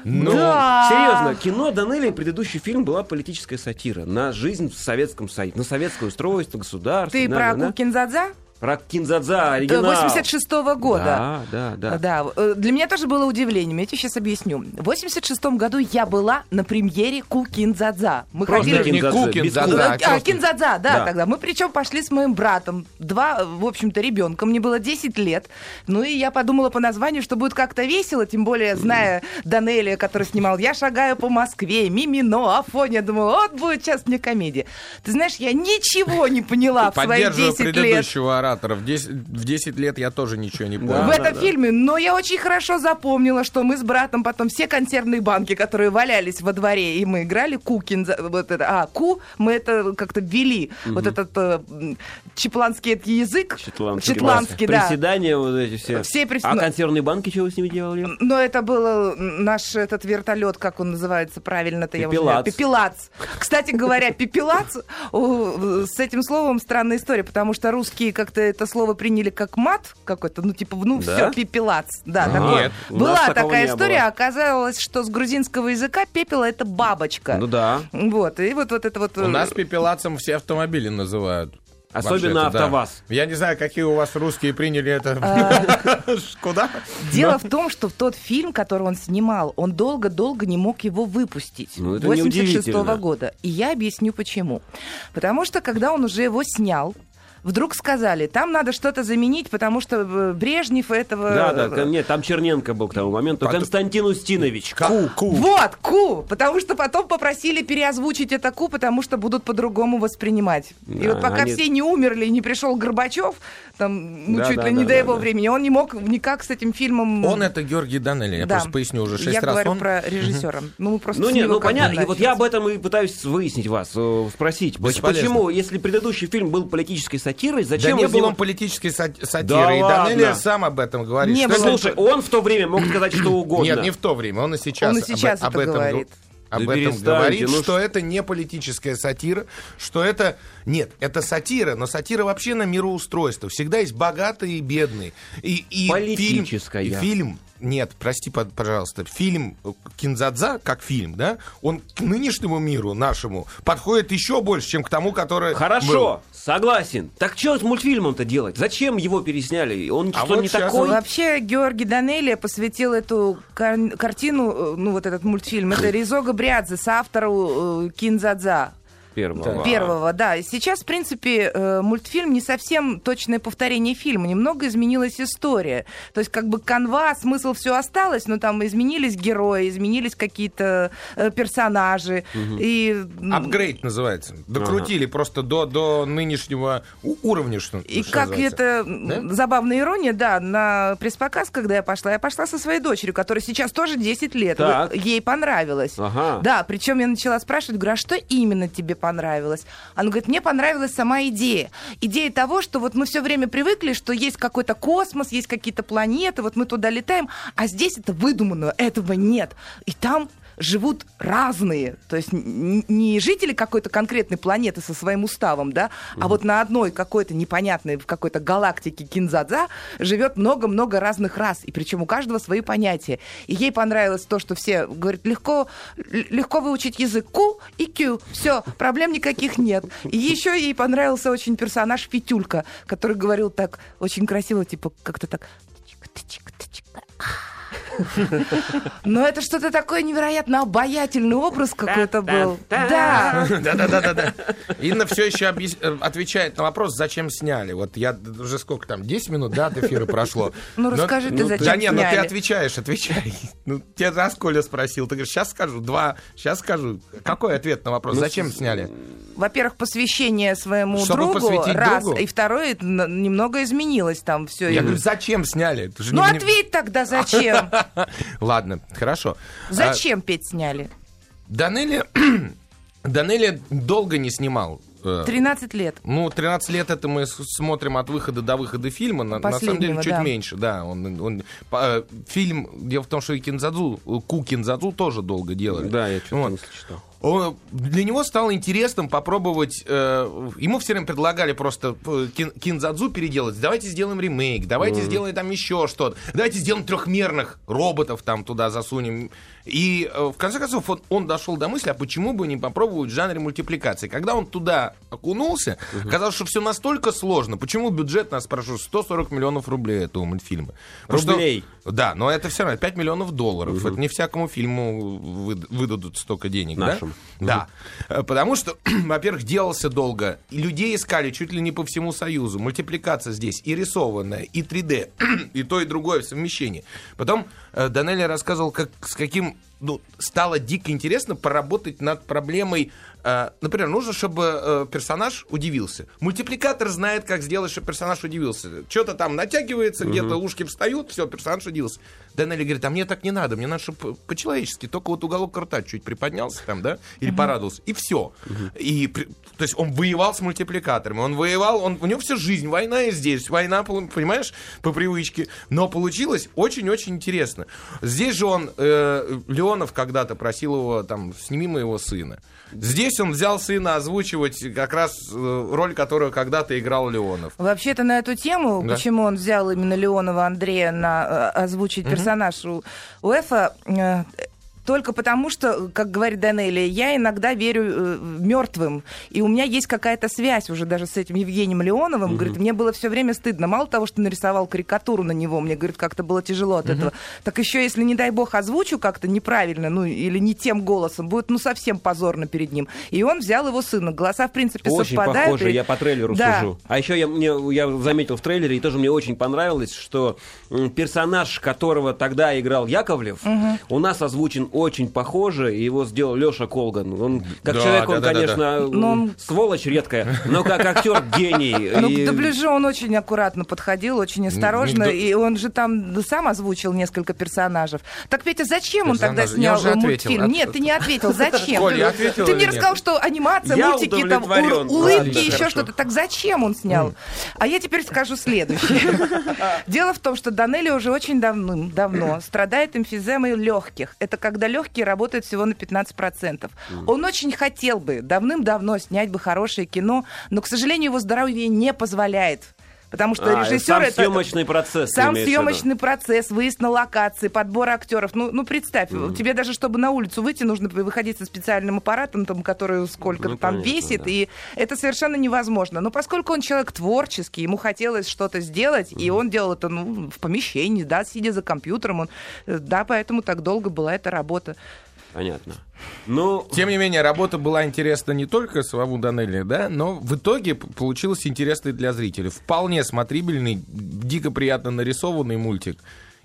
S4: Ну,
S1: Да.
S3: Серьезно, кино Данелии, предыдущий фильм была политическая сатира на жизнь в советском союзе, на советское устройство, государство.
S1: Ты
S4: Ну,
S3: на- на-
S1: про
S3: на.
S1: Кукинзадза?
S3: Про Кинзадза, оригинал.
S1: 86-го года.
S3: Да, да, да.
S1: э, Для меня тоже было удивлением. Я тебе сейчас объясню. В 86-м году я была на премьере Кукинзадза. Мы
S3: Просто
S1: ходили...
S4: Даже не
S3: Кинзадзе,
S4: Кукин,
S3: без
S4: ну, да,
S3: Кукина.
S4: да,
S1: Э, а,
S4: просто.
S1: Кинзадза, да,
S3: Да.
S1: тогда. Мы причем пошли с моим братом. Два, э, в общем-то, ребенка. Мне было 10 лет. Ну и я подумала по названию, что будет как-то весело, тем более, зная Данелия, который снимал «Я шагаю по Москве», «Мимино», «Афоня». Думала, вот будет сейчас мне комедия. Ты знаешь, я ничего не поняла А, в свои
S4: Поддерживаю
S1: 10 лет.
S4: предыдущего оратора. В 10, в 10 лет я тоже ничего не
S3: Да,
S1: в
S4: понял.
S1: этом фильме, но я очень хорошо запомнила, что мы с братом потом все консервные банки, которые валялись во дворе, и мы играли кукин, за- вот это, а, ку, мы это как-то ввели, вот этот э, м, чепланский этот язык,
S3: Четландский.
S1: Четландский, да.
S3: Приседания вот эти все.
S1: Все
S3: А
S1: приседания.
S3: консервные банки чего вы с ними делали?
S1: Но это был э, наш этот вертолет, как он называется правильно-то? я уже не знаю. Пепелац. Кстати говоря, пепелац, о, с этим словом странная история, потому что русские как-то это слово приняли как мат какой-то, ну типа, ну
S3: Да?
S1: все, пепелац. Да,
S4: Нет,
S1: такое.
S3: у нас
S1: Была
S3: такого
S1: такая
S3: не
S1: история,
S3: было.
S1: оказалось, что с грузинского языка пепела это бабочка.
S3: Ну да.
S1: Вот, и вот, вот это вот... э,
S4: У нас пепелацем все автомобили называют.
S3: Особенно
S4: Вообще-то, да.
S3: АвтоВАЗ.
S4: Я не знаю, какие у вас русские приняли
S1: А.
S4: это. [laughs] Куда?
S1: Дело в том, что в тот фильм, который он снимал, он долго-долго не мог его выпустить.
S3: Ну, это
S1: 86
S3: неудивительно.
S1: года. И я объясню почему. Потому что когда он уже его снял, вдруг сказали, там надо что-то заменить, потому что э, Брежнев этого... э,
S3: Да, да, кон- нет, там Черненко был к тому моменту. Константин Устинович.
S4: Ку-ку.
S1: Вот, ку! Потому что потом попросили переозвучить это ку, потому что будут по-другому воспринимать. и
S3: Да,
S1: вот пока
S3: они-
S1: все не умерли и не пришел Горбачев, там, ну,
S3: Да,
S1: чуть
S3: да,
S1: ли не
S3: да,
S1: до
S3: да,
S1: его
S3: да.
S1: времени, он не мог никак с этим фильмом...
S4: Он это Георгий Данелли, я
S1: Да.
S4: просто поясню уже шесть
S1: Я
S4: раз.
S1: говорю
S4: Он-
S1: про режиссера. Ну, мы просто
S3: Ну
S1: с
S3: нет,
S1: него
S3: ну
S1: как-то
S3: понятно, и вот
S1: начали.
S3: я об этом и пытаюсь выяснить вас, э, спросить. Поч-
S4: Бесполезно.
S3: Почему, если предыдущий фильм был политической сатирой,
S4: Да
S3: зачем
S4: не
S3: из
S4: был
S3: него-
S4: он политической сати-
S3: Да
S4: сатирой. И
S3: ладно.
S4: Данелия сам об этом говорит.
S1: Не
S4: Что
S1: было.
S4: это-
S3: Слушай, он в то время мог
S4: [clears throat]
S3: сказать что угодно.
S4: Нет, не в то время, он и сейчас,
S1: Он и сейчас
S4: об,
S1: это
S4: этом
S1: говорит.
S4: Об
S3: Да
S4: этом
S3: перестаньте,
S4: говорит,
S3: ну
S4: что
S3: что-
S4: это не политическая сатира, что это... Нет, это сатира, но сатира вообще на мироустройство. Всегда есть богатые и бедные. И, и
S3: Политическая.
S4: Фильм, и фильм... Нет, прости, под- пожалуйста, фильм э, Кинзадза, как фильм, да, он к нынешнему миру нашему подходит еще больше, чем к тому, который был.
S3: Хорошо, согласен. Так что с мультфильмом-то делать? Зачем его пересняли? Он
S4: А
S3: что,
S4: вот
S3: не
S4: щас
S3: такой?
S1: Вообще, Георгий Данелия посвятил эту кар- картину, э, ну, вот этот мультфильм, это Ризога Брядзе, соавтору э, Кинзадза.
S3: Первого.
S1: Первого, да. И Сейчас, в принципе, э, мультфильм не совсем точное повторение фильма. Немного изменилась история. То есть, как бы канва, смысл все осталось, но там изменились герои, изменились какие-то э, персонажи. И, м,
S3: А
S4: Апгрейд называется. Докрутили просто до, до нынешнего у- уровня, что
S1: И
S4: что
S1: как
S4: называется.
S1: это м,
S4: Да?
S1: забавная ирония, да, на пресс-показ, когда я пошла, я пошла со своей дочерью, которая сейчас тоже 10 лет.
S3: Так.
S1: Вот Ей понравилось.
S3: Ага.
S1: Да, причем я начала спрашивать, говорю, а что именно тебе понравилось? Она говорит, мне понравилась сама идея. Идея того, что вот мы все время привыкли, что есть какой-то космос, есть какие-то планеты, вот мы туда летаем, а здесь это выдумано, этого нет. И там живут разные, то есть н- н- не жители какой-то конкретной планеты со своим уставом, да, а вот на одной какой-то непонятной в какой-то галактике Кинзадза живет много-много разных рас, и причем у каждого свои понятия. И ей понравилось то, что все говорят, легко, л- легко выучить язык Ку и Кю, все, проблем никаких нет. И еще ей понравился очень персонаж Петюлька, который говорил так очень красиво, типа как-то так Но это что-то такое невероятно обаятельный образ какой-то был.
S4: [laughs]
S1: Да.
S4: Да-да-да-да. Инна все еще э, отвечает на вопрос, зачем сняли. Вот я д- уже сколько там, 10 минут, да, от эфира прошло.
S1: [laughs] Ну,
S4: Но-
S1: расскажи ты,
S4: ну,
S1: зачем
S4: Да нет, ну ты
S1: сняли.
S4: отвечаешь, отвечай. [laughs] Ну, тебе раз Коля спросил, ты говоришь, сейчас скажу, два, сейчас скажу. Какой ответ на вопрос, зачем сняли?
S1: во-первых, посвящение своему
S4: Чтобы
S1: другу,
S4: посвятить
S1: раз,
S4: другу?
S1: и второе, это н- немного изменилось там все.
S4: Я говорю, зачем сняли? Это же
S1: ну
S4: не- не-
S1: ответь
S4: [laughs]
S1: тогда, зачем?
S4: Ладно, хорошо. А,
S1: Зачем петь сняли?
S4: [clears throat] Данелия... Данелия долго не снимал. э,
S1: 13 лет.
S4: Ну, 13 лет это мы с- смотрим от выхода до выхода фильма. На, на самом деле,
S1: Последнего,
S4: чуть
S1: да.
S4: меньше, да. Он, он- по- э, фильм, дело в том, что и Кинзадзу, э, Ку Кинзадзу тоже долго делали.
S3: Да, я что-то
S4: Вот.
S3: мысли читал.
S4: он- для него стало интересным попробовать... э, ему все время предлагали просто э, кин, Кинзадзу переделать. Давайте сделаем ремейк, давайте сделаем там еще что-то. Давайте сделаем трехмерных роботов там туда засунем. И э, в конце концов он, он дошел до мысли, а почему бы не попробовать в жанре мультипликации? Когда он туда окунулся, оказалось, что все настолько сложно. Почему бюджет, нас спрашивают, 140 миллионов рублей этого мультфильма? Потому что-
S3: Рублей.
S4: да, но это все равно 5 миллионов долларов. Это не всякому фильму вы- выдадут столько денег. да?
S3: Нашему.
S4: Да. Э, Потому что, [clears throat] во-первых, делался долго. И людей искали чуть ли не по всему Союзу. Мультипликация здесь и рисованная, и 3D, [clears throat] и то, и другое в совмещении. Потом э, Данелли рассказывал, как, с каким ну, стало дико интересно поработать над проблемой. э, например, нужно, чтобы э, персонаж удивился. Мультипликатор знает, как сделать, чтобы персонаж удивился. Что-то там натягивается, где-то ушки встают, все, персонаж удивился. Данелли говорит, а мне так не надо, мне надо, чтобы по-человечески, только вот уголок рта чуть приподнялся там, да, или порадовался, и все. И, при- то есть он воевал с мультипликаторами, он воевал, он, у него всю жизнь война и здесь, война, пол- понимаешь, по привычке, но получилось очень-очень интересно. Здесь же он, э, Леонов когда-то просил его, там, сними моего сына. Здесь он взял сына озвучивать как раз э, роль, которую когда-то играл Леонов.
S1: Вообще-то на эту тему,
S4: Да.
S1: почему он взял именно Леонова Андрея на э, озвучить персонаж у Уэфа, э, только потому, что, как говорит Данелли, я иногда верю мертвым. И у меня есть какая-то связь уже даже с этим Евгением Леоновым. Говорит, мне было все время стыдно. Мало того, что нарисовал карикатуру на него, мне, говорит, как-то было тяжело от этого. Так еще, если, не дай бог, озвучу как-то неправильно, ну, или не тем голосом, будет, ну, совсем позорно перед ним. И он взял его сына. Голоса, в принципе,
S3: Очень
S1: совпадают.
S3: похоже,
S1: и-
S3: я по трейлеру
S1: Да.
S3: сужу. А еще я, мне, я заметил в трейлере, и тоже мне очень понравилось, что м, персонаж, которого тогда играл Яковлев, у нас озвучен очень похоже, и его сделал Леша Колган. Он, как
S4: Да,
S3: человек, он,
S4: да, да, да,
S3: конечно,
S1: Но он-
S3: сволочь редкая, но как
S1: [laughs]
S3: актер гений.
S1: Ну,
S3: И-
S1: к дубляжу он очень аккуратно подходил, очень
S4: Ну,
S1: осторожно,
S4: никто-
S1: и он же там да, сам озвучил несколько персонажей. Так, Петя, зачем он тогда
S4: Персонажи.
S1: снял
S4: Я уже
S1: э,
S4: ответил.
S1: мультфильм?
S4: От-
S1: Нет, ты не
S4: [laughs]
S1: ответил. Зачем?
S4: Коль,
S1: Ты-
S4: я ответил
S1: Ты
S4: или
S1: мне
S4: нет?
S1: рассказал, что анимация,
S3: Я
S1: мультики, там, ур-
S3: удовлетворен.
S1: улыбки,
S4: Отлично,
S1: еще
S4: хорошо.
S1: что-то. Так зачем он снял? А я теперь
S3: [laughs]
S1: скажу следующее. Дело в том, что Данелли уже очень давным, давно страдает эмфиземой легких. Это когда легкие работают всего на 15%. Он очень хотел бы давным-давно снять бы хорошее кино, но, к сожалению, его здоровье не позволяет. Потому что
S3: А,
S1: режиссер
S3: сам
S1: это...
S3: съемочный процесс. ты
S1: Сам
S3: имеешь в виду.
S1: съемочный процесс, выезд на локации, подбор актеров. Ну, ну представь, тебе даже, чтобы на улицу выйти, нужно выходить со специальным аппаратом, там, который сколько-то
S3: Ну,
S1: там
S3: понятно,
S1: весит,
S3: да.
S1: и это совершенно невозможно. Но поскольку он человек творческий, ему хотелось что-то сделать, и он делал это ну, в помещении, да, сидя за компьютером, он, э, да, поэтому так долго была эта работа.
S3: Понятно. Ну,
S4: Тем не менее, работа была интересна не только самому Данелли, да, но в итоге п- получилось интересно и для зрителей. Вполне смотрибельный, дико приятно нарисованный мультик.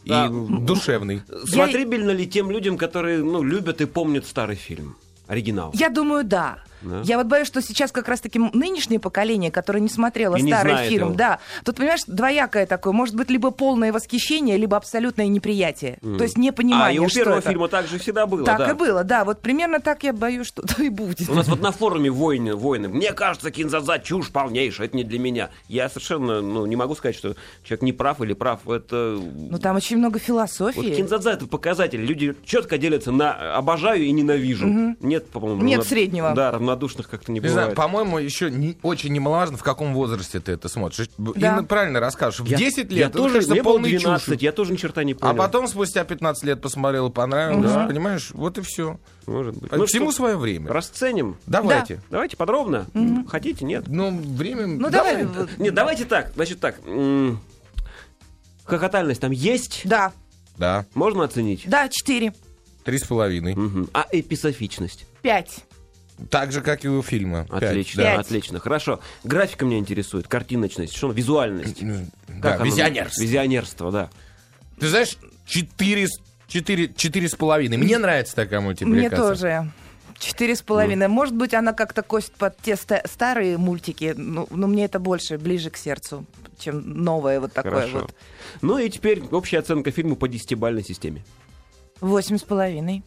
S4: И
S3: Да.
S4: душевный.
S3: смотрибельно ли тем людям, которые ну, любят и помнят старый фильм? Оригинал.
S1: Я думаю, да.
S3: Да?
S1: Я вот боюсь, что сейчас как раз-таки м- нынешнее поколение, которое не смотрело
S3: И не
S1: старый
S3: знает
S1: фильм,
S3: его.
S1: да, тут, понимаешь, двоякое такое. Может быть, либо полное восхищение, либо абсолютное неприятие. То есть
S3: а,
S1: непонимание,
S3: и у
S1: что
S3: первого
S1: это.
S3: фильма так же всегда было,
S1: так
S3: да. Ну,
S1: и было, да. Вот примерно так я боюсь, что [laughs] то и будет.
S3: У нас вот на форуме войны, войны. Мне кажется, Кинзадза чушь полнейшая, это не для меня. Я совершенно ну, не могу сказать, что человек не прав или прав. Это...
S1: Ну, там очень много
S3: Вот
S1: философии.
S3: Кинзадза это показатель. Люди четко делятся на обожаю и ненавижу. Нет, по-моему,
S1: Нет
S3: равно-
S1: среднего.
S3: Да, равнодушных как-то не
S4: Не
S3: бывает.
S4: знаю, по-моему, еще не- очень немаловажно, в каком возрасте ты это смотришь.
S1: Да.
S4: И правильно расскажешь. В
S3: Я-
S4: 10 лет ну,
S3: я
S4: это,
S3: тоже,
S4: кажется,
S3: мне было
S4: полной
S3: 12,
S4: чушью.
S3: я тоже ни черта не понял.
S4: А потом, спустя 15 лет, посмотрел и понравилось.
S3: Да.
S4: Понимаешь, вот и все.
S3: Может быть. Ну
S4: Всему
S3: что,
S4: свое время.
S3: Расценим.
S4: Давайте.
S3: Давайте подробно. Хотите, нет?
S4: Ну, время.
S1: Ну, давай.
S4: давай.
S1: вот,
S3: Нет, давайте так. Значит так. м, Хохотальность там есть?
S1: Да,
S4: Да,
S3: Можно оценить?
S1: да, четыре,
S4: три с половиной.
S3: Мгм. А эписофичность?
S1: пять.
S4: Так же, как и у фильма. Пять.
S3: Отлично,
S1: Пять.
S3: отлично. Хорошо. Графика меня интересует, картиночность, что, визуальность.
S4: Да,
S3: Как оно?
S4: визионерство.
S3: Визионерство, да.
S4: Ты знаешь, четыре, с- четыре, четыре с половиной. Мне нравится такая
S1: Мне
S4: мультипликация.
S1: тоже. Четыре с половиной.
S3: Ну.
S1: Может быть, она как-то косит под те ста- старые мультики, но, но мне это больше ближе к сердцу, чем новое вот такое
S3: Хорошо.
S1: вот.
S3: Ну и теперь общая оценка фильма по десятибалльной системе.
S1: Восемь с половиной.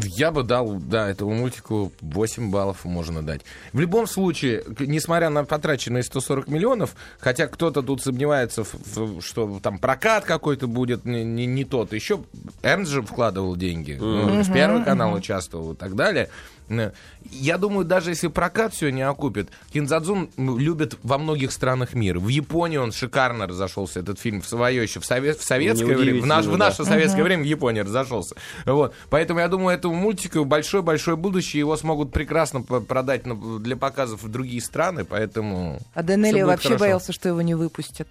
S4: Я бы дал, да, этому мультику 8 баллов можно дать. В любом случае, к- несмотря на потраченные 140 миллионов, хотя кто-то тут сомневается, в- в- что там прокат какой-то будет не, не- не тот, еще Эрнст же вкладывал деньги, ну, в Первый канал участвовал и так далее. Э, Я думаю, даже если прокат все не окупит, Кинзадзун ну, любят во многих странах мира. В Японии он шикарно разошелся, этот фильм, в свое еще, в, сове- в советское время, в, наш- в
S3: Неудивительно,
S4: наше советское время в Японии разошелся. Вот. Поэтому я думаю, этому мультику большое-большое будущее, его смогут прекрасно п- продать на- для показов в другие страны, поэтому...
S1: А
S4: всё
S1: Данелия
S4: будет
S1: вообще
S4: хорошо.
S1: боялся, что его не выпустят.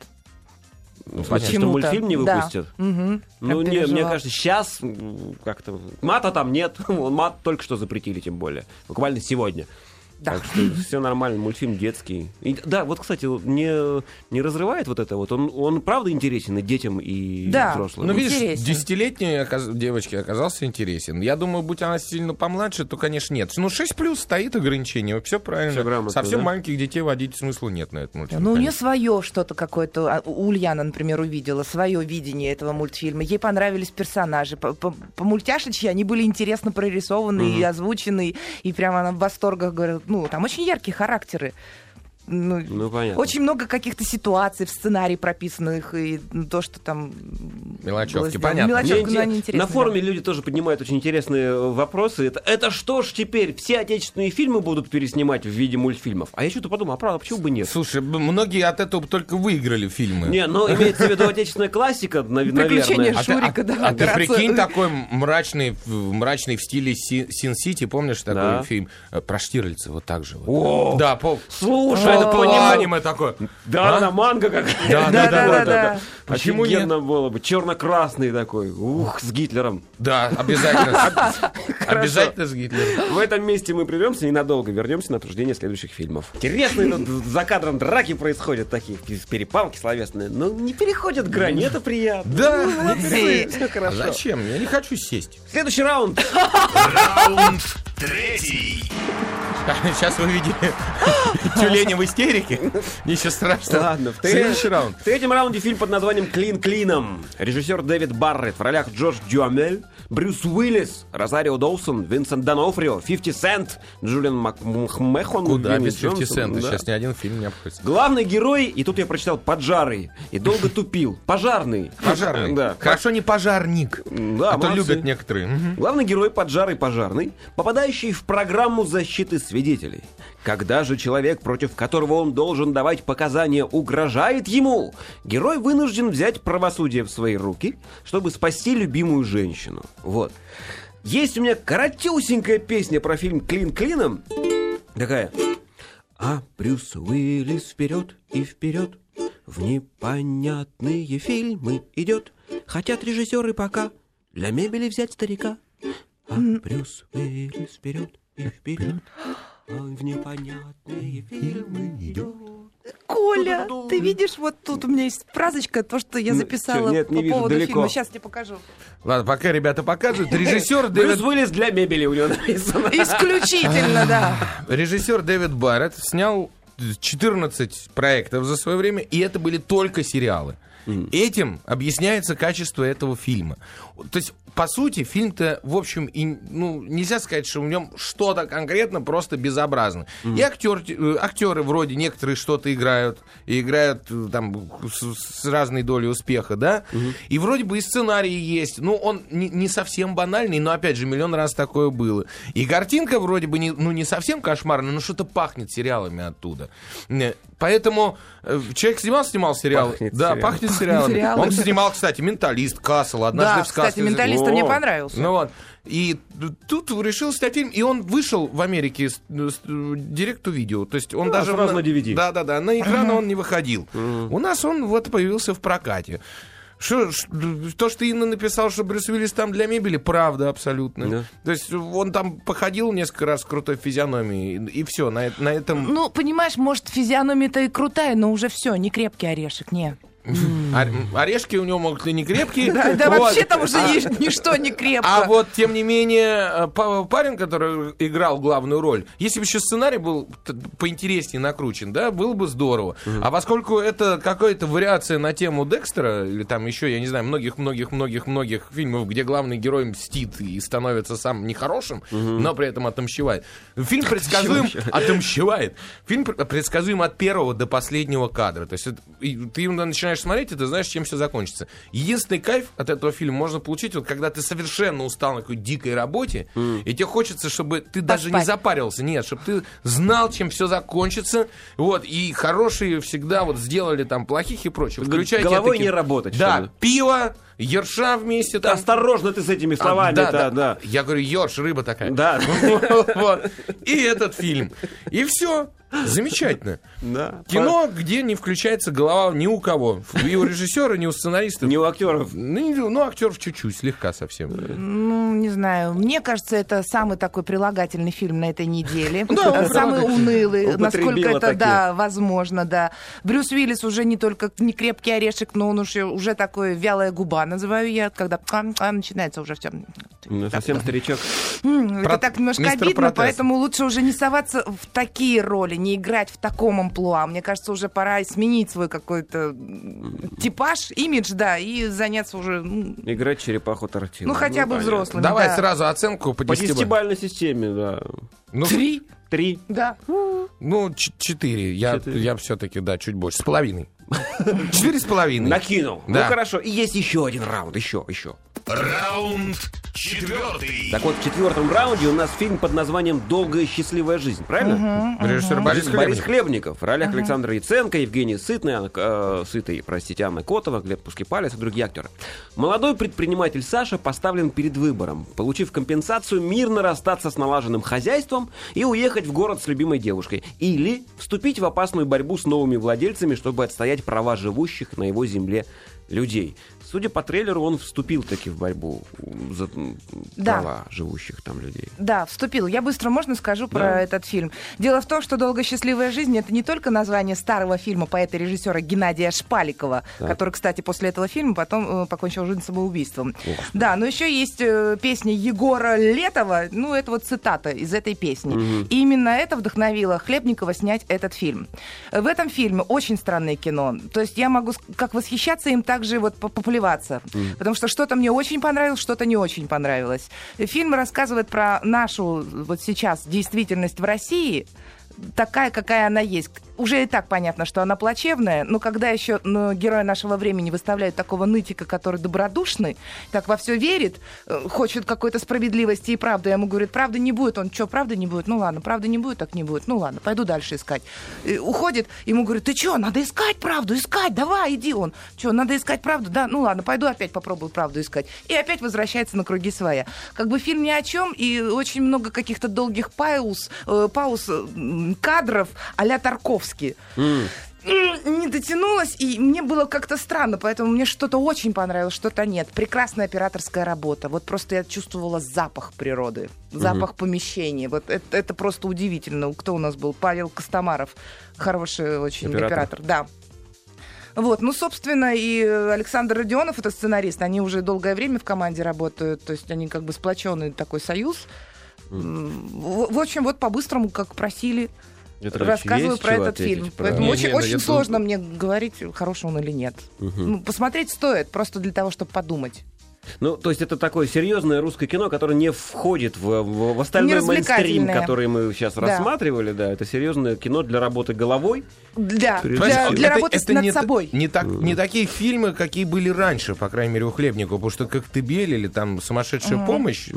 S3: Ну, в смысле, что
S1: Почему-то.
S3: мультфильм не
S1: Да.
S3: выпустят?
S1: Мгм.
S3: Ну,
S1: Как
S3: не,
S1: переживал.
S3: мне кажется, сейчас как-то... Мата там нет. [laughs] Он мат только что запретили, тем более. Буквально сегодня.
S1: Да.
S3: Так что все нормально, мультфильм детский. И да, вот, кстати, вот мне не разрывает вот это вот. Он, он правда интересен и детям, и
S1: Да.
S3: взрослым.
S4: Ну, видишь,
S1: Интересен.
S4: десятилетней оказ- девочке оказался интересен. Я думаю, будь она сильно помладше, то, конечно, нет. Ну, 6 плюс стоит ограничение, все правильно.
S3: Всё грамотно,
S4: Совсем
S3: да?
S4: маленьких детей водить смысла нет на этот мультфильм.
S1: Ну, у нее
S4: конечно.
S1: свое что-то какое-то. А, у- Ульяна, например, увидела свое видение этого мультфильма. Ей понравились персонажи. По- по- По-мультяшечьи они были интересно прорисованы и озвучены. И прямо она в восторгах говорила, ну, там очень яркие характеры. Ну,
S3: Ну, понятно.
S1: Очень много каких-то ситуаций в сценарии прописанных и ну, то, что там... м,
S4: Мелочевки,
S1: было сделано.
S4: понятно.
S3: Мне
S1: Мелочевки, но
S3: интерес-
S1: они интересны,
S3: На
S1: да.
S3: форуме люди тоже поднимают очень интересные э, вопросы. Это, это что ж теперь все отечественные фильмы будут переснимать в виде мультфильмов? А я что-то подумал, а правда, почему бы нет?
S4: Слушай, б- многие от этого только выиграли фильмы.
S3: Не, ну имеется в виду отечественная классика, нав-
S1: Приключения
S3: наверное.
S4: А ты, а-
S1: Шурика, да,
S4: а ты
S1: операция.
S4: прикинь, такой мрачный, в- мрачный в стиле Си- Син-Сити, помнишь такой
S3: Да.
S4: фильм э, про Штирлица, вот так же. вот.
S3: О!
S4: Да, пол...
S3: Слушай,
S4: это
S3: это
S4: по
S3: понимание.
S4: аниме такое.
S3: Да,
S4: А?
S3: она манга какая-то.
S4: Да, да, да,
S1: да, да.
S4: Почему
S3: Почему было бы? Черно-красный такой. Ух, с Гитлером.
S4: Да,
S3: [laughs]
S4: обязательно. Обязательно с Гитлером.
S3: В этом месте мы прервемся ненадолго. Вернемся на обсуждение следующих фильмов. Интересные тут за кадром драки происходят такие, перепалки словесные. Но не переходят грани, это приятно.
S4: Да,
S1: Молодцы.
S3: Все
S4: А
S3: Ну, хорошо.
S4: Ну, зачем? Я не хочу сесть. [laughs]
S3: Следующий раунд.
S2: Раунд третий.
S4: Сейчас вы [laughs] видели тюленя в истерике. Ничего страшного.
S3: Ладно, в, тре-
S4: следующий раунд.
S3: в третьем раунде фильм под названием «Клин клином». Режиссер Дэвид Барретт в ролях Джордж Дюамель, Брюс Уиллис, Розарио Доусон, Винсент Донофрио, 50 Сент, Джулиан Макмехон.
S4: Куда без 50 центов? Сейчас ни один фильм не обходится.
S3: Главный герой, и тут я прочитал «Поджарый», и долго тупил. Пожарный.
S4: Пожарный.
S3: Да.
S4: Хорошо, не пожарник.
S3: Да,
S4: а то
S3: молодцы.
S4: любят некоторые. Мгм.
S3: Главный герой поджарый пожарный, попадающий в программу защиты свидетелей. Когда же человек, против которого он должен давать показания, угрожает ему, герой вынужден взять правосудие в свои руки, чтобы спасти любимую женщину. Вот. Есть у меня коротюсенькая песня про фильм «Клин клином». Такая. А Брюс Уиллис вперед и вперед В непонятные фильмы идет Хотят режиссеры пока Для мебели взять старика А Брюс Уиллис вперед и Э, вперед Он в непонятные фильмы идет
S1: Коля, ты видишь, вот тут у меня есть фразочка, то, что я
S3: Ну,
S1: записала
S3: всё, нет, не
S1: по
S3: вижу,
S1: поводу
S3: далеко.
S1: фильма. Сейчас тебе покажу.
S4: Ладно, пока ребята показывают.
S3: [laughs]
S4: Режиссер
S3: Брюс
S4: Дэвид
S3: Уиллис для мебели у него написано
S1: Исключительно, да.
S4: Режиссер Дэвид Барретт снял 14 проектов за свое время, и это были только сериалы. Этим объясняется качество этого фильма. То есть, по сути, фильм-то, в общем, и, ну, нельзя сказать, что в нем что-то конкретно просто безобразно. И актер, э, актеры вроде некоторые что-то играют, и играют э, там с, с разной долей успеха, да? И вроде бы и сценарий есть, ну, он не, не совсем банальный, но, опять же, миллион раз такое было. И картинка вроде бы, не, ну, не совсем кошмарная, но что-то пахнет сериалами оттуда. Э, Поэтому э, человек снимал-снимал сериалы.
S3: Пахнет
S4: да,
S3: сериалом.
S4: пахнет сериалами.
S1: Сериалами.
S4: Он снимал, кстати, «Менталист», «Касл», «Однажды
S1: Да,
S4: в сказке».
S1: кстати, менталиста мне
S3: О.
S1: понравился.
S4: Ну вот. И тут решил снять фильм, и он вышел в Америке с, ну, с- э, директу видео. То есть он
S3: Да,
S4: даже...
S3: Ну, сразу
S4: на-
S3: на DVD.
S4: Да, да, да. На экран он не выходил. У нас он вот появился в прокате. Шо- ш- то, что Инна написал, что Брюс Уиллис там для мебели, правда абсолютно.
S3: Да.
S4: То есть он там походил несколько раз в крутой физиономии, и, все, на, э- на этом...
S1: Ну, понимаешь, может, физиономия-то и крутая, но уже все, не крепкий орешек, не.
S4: Ор- орешки у него могут и не крепкие.
S1: Да, да
S4: Вот.
S1: вообще там уже
S4: А-
S1: ни- ничто не крепко.
S4: А вот, тем не менее, э, па- парень, который играл главную роль, если бы еще сценарий был т- поинтереснее накручен, да, было бы здорово. А поскольку это какая-то вариация на тему Декстера, или там еще, я не знаю, многих-многих-многих-многих фильмов, где главный герой мстит и становится сам нехорошим, но при этом отомщевает. Фильм
S3: [laughs]
S4: предсказуем... Отомщевает. Фильм пр- предсказуем от первого до последнего кадра. То есть это- и ты начинаешь начинаешь смотреть, и ты знаешь, чем все закончится. Единственный кайф от этого фильма можно получить, вот когда ты совершенно устал на какой-то дикой работе, и тебе хочется, чтобы ты даже не
S1: Поспать.
S4: запарился. Нет, чтобы ты знал, чем все закончится. Вот, и хорошие всегда вот сделали там плохих и прочее.
S3: Г-
S4: Включайте
S3: головой
S4: такие-
S3: не работать,
S4: Да,
S3: что ли?
S4: пиво, ерша вместе там.
S3: Осторожно ты с этими словами,
S4: А,
S3: да, да.
S4: Я говорю, Йорш, рыба такая.
S3: Да,
S4: [laughs] Вот. И этот фильм. И все. Замечательно.
S3: да.
S4: Кино, где не включается голова ни у кого. Ни у режиссера, ни у сценариста.
S3: Не у актеров.
S4: Ну, не- ну, актеров чуть-чуть, слегка совсем.
S1: Ну, не знаю. Мне кажется, это самый такой прилагательный фильм на этой неделе.
S4: [laughs] Да, он
S1: самый унылый,
S3: Употребила
S1: насколько это,
S3: такие.
S1: да, возможно, да. Брюс Уиллис уже не только не крепкий орешек, но он уже, уже такой вялая губа, называю я, когда ам, ам, начинается уже все.
S3: Ну, Совсем старичок.
S1: Это так немножко
S4: мистер
S1: обидно,
S4: протест.
S1: поэтому лучше уже не соваться в такие роли, не играть в таком амплуа. Мне кажется, уже пора и сменить свой какой-то м, типаж, имидж, да, и заняться уже, ну,
S3: Играть черепаху тортилу.
S1: ну, хотя бы
S3: понятно.
S1: взрослым.
S4: Давай
S1: да.
S4: сразу оценку по
S3: По
S4: 10
S3: десятибальной системе, да.
S4: Ну,
S1: Три?
S3: Три.
S1: Да.
S4: Ну, ч- четыре. Я,
S3: Четыре.
S4: я все-таки, да, чуть больше. С половиной. Четыре с половиной.
S3: Накинул.
S4: Да.
S3: Ну хорошо. И есть еще один раунд. Еще, еще.
S2: Раунд четвертый.
S3: Так вот, в четвертом раунде у нас фильм под названием «Долгая и счастливая жизнь», правильно?
S4: Режиссер Борис
S3: Борис, Борис
S4: Хлебников.
S3: Хлебников в ролях Александра Яценко, Евгений Сытный, Анна- э, Сытый, простите, Анна Котова, Глеб Пускипалец и другие актеры. Молодой предприниматель Саша поставлен перед выбором, получив компенсацию, мирно расстаться с налаженным хозяйством и уехать в город с любимой девушкой. Или вступить в опасную борьбу с новыми владельцами, чтобы отстоять права живущих на его земле людей. Судя по трейлеру, он вступил таки в борьбу м, за м,
S1: Да.
S3: права живущих там людей.
S1: Да, вступил. Я быстро можно скажу про
S3: Да.
S1: этот фильм. Дело в том, что «Долго счастливая жизнь» — это не только название старого фильма поэта и режиссера Геннадия Шпаликова, который, кстати, после этого фильма потом э, покончил жизнь самоубийством. да, но еще есть э, песня Егора Летова, ну, это вот цитата из этой песни. И именно это вдохновило Хлебникова снять этот фильм. Э, В этом фильме очень странное кино. То есть я могу с- как восхищаться им, так же и вот по- поплеваться. Потому что что-то мне очень понравилось, что-то не очень понравилось. Фильм рассказывает про нашу вот сейчас действительность в России, такая, какая она есть. Уже и так понятно, что она плачевная, но когда еще ну, героя нашего времени выставляют такого нытика, который добродушный, так во все верит, э, хочет какой-то справедливости и правды, а ему говорит, правды не будет, он что, правды не будет? Ну ладно, правды не будет, так не будет, ну ладно, пойду дальше искать. И уходит, ему говорит, ты что, надо искать правду, искать, давай, иди он. Что, надо искать правду? Да, ну ладно, пойду опять попробую правду искать. И опять возвращается на круги своя. Как бы фильм ни о чем, и очень много каких-то долгих пауз, э, пауз э, м, кадров а-ля Тарковский. М, Не дотянулась, и мне было как-то странно, поэтому мне что-то очень понравилось, что-то нет. Прекрасная операторская работа. Вот просто я чувствовала запах природы, запах помещения. Вот это, это просто удивительно. Кто у нас был? Павел Костомаров. Хороший очень
S3: Оператор.
S1: оператор да. Вот, ну, собственно, и э, Александр Родионов, это сценарист, они уже долгое время в команде работают, то есть они как бы сплоченный такой союз. М, В, в общем, вот по-быстрому, как просили, рассказываю про этот фильм. Поэтому
S4: Не,
S1: очень,
S4: не, ну,
S1: очень
S4: я тут-
S1: сложно мне говорить, хороший он или нет. Ну, посмотреть стоит, просто для того, чтобы подумать.
S3: Ну, то есть это такое серьезное русское кино, которое не входит в, в, в остальной
S1: Не
S3: мейнстрим,
S1: развлекательное.
S3: который мы сейчас
S1: Да.
S3: рассматривали, да. Это серьезное кино для работы головой.
S1: Для,
S3: Прежде
S1: для,
S3: всего.
S1: для
S4: Это-
S1: работы
S4: это
S1: над
S4: не, т-
S1: собой.
S4: Не, так, не такие фильмы, какие были раньше, по крайней мере, у Хлебникова. Потому что «Коктебель» или там «Сумасшедшая помощь», я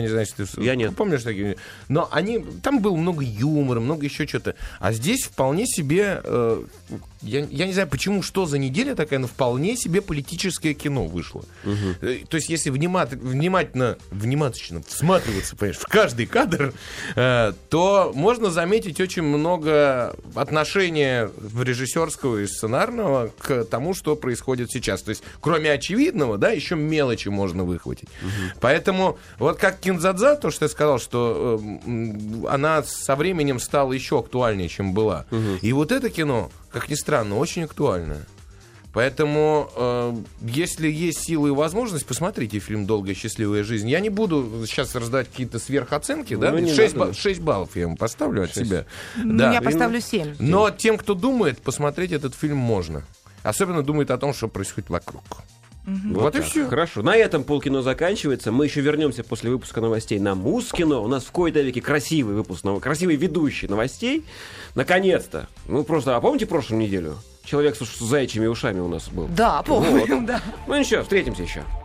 S4: не знаю, если ты с-
S3: Я нет.
S4: помнишь такие? Но они, там было много юмора, много еще что-то. А здесь вполне себе, э, я, я не знаю, почему, что за неделя такая, но вполне себе политическое кино вышло. Э, То есть, если внимат- внимательно, внимательно всматриваться, понимаешь, в каждый кадр, э, то можно заметить очень много отношения в режиссерского и сценарного к тому, что происходит сейчас. То есть, кроме очевидного, да, еще мелочи можно выхватить. Поэтому, вот как Кинзадза, то, что ты сказал, что э, м, она со временем стала еще актуальнее, чем была. И вот это кино, как ни странно, очень актуальное. Поэтому, э, если есть силы и возможность, посмотрите фильм «Долгая и счастливая жизнь». Я не буду сейчас раздать какие-то сверхоценки, да?
S3: Ну, не
S4: 6,
S3: надо.
S4: баллов я ему поставлю от себя.
S1: Ну,
S4: Да.
S1: я поставлю 7.
S4: Но тем, кто думает, посмотреть этот фильм можно. Особенно думает о том, что происходит вокруг. Вот и
S3: так.
S4: все.
S3: Хорошо. На этом полкино заканчивается. Мы еще вернемся после выпуска новостей на Мускино. У нас в кои-то веке красивый выпуск, нов- красивый ведущий новостей. Наконец-то. Ну просто, а помните прошлую неделю? Человек с уж- с заячьими ушами у нас был.
S1: Да, помню, да. [laughs]
S3: Ну ничего, встретимся еще.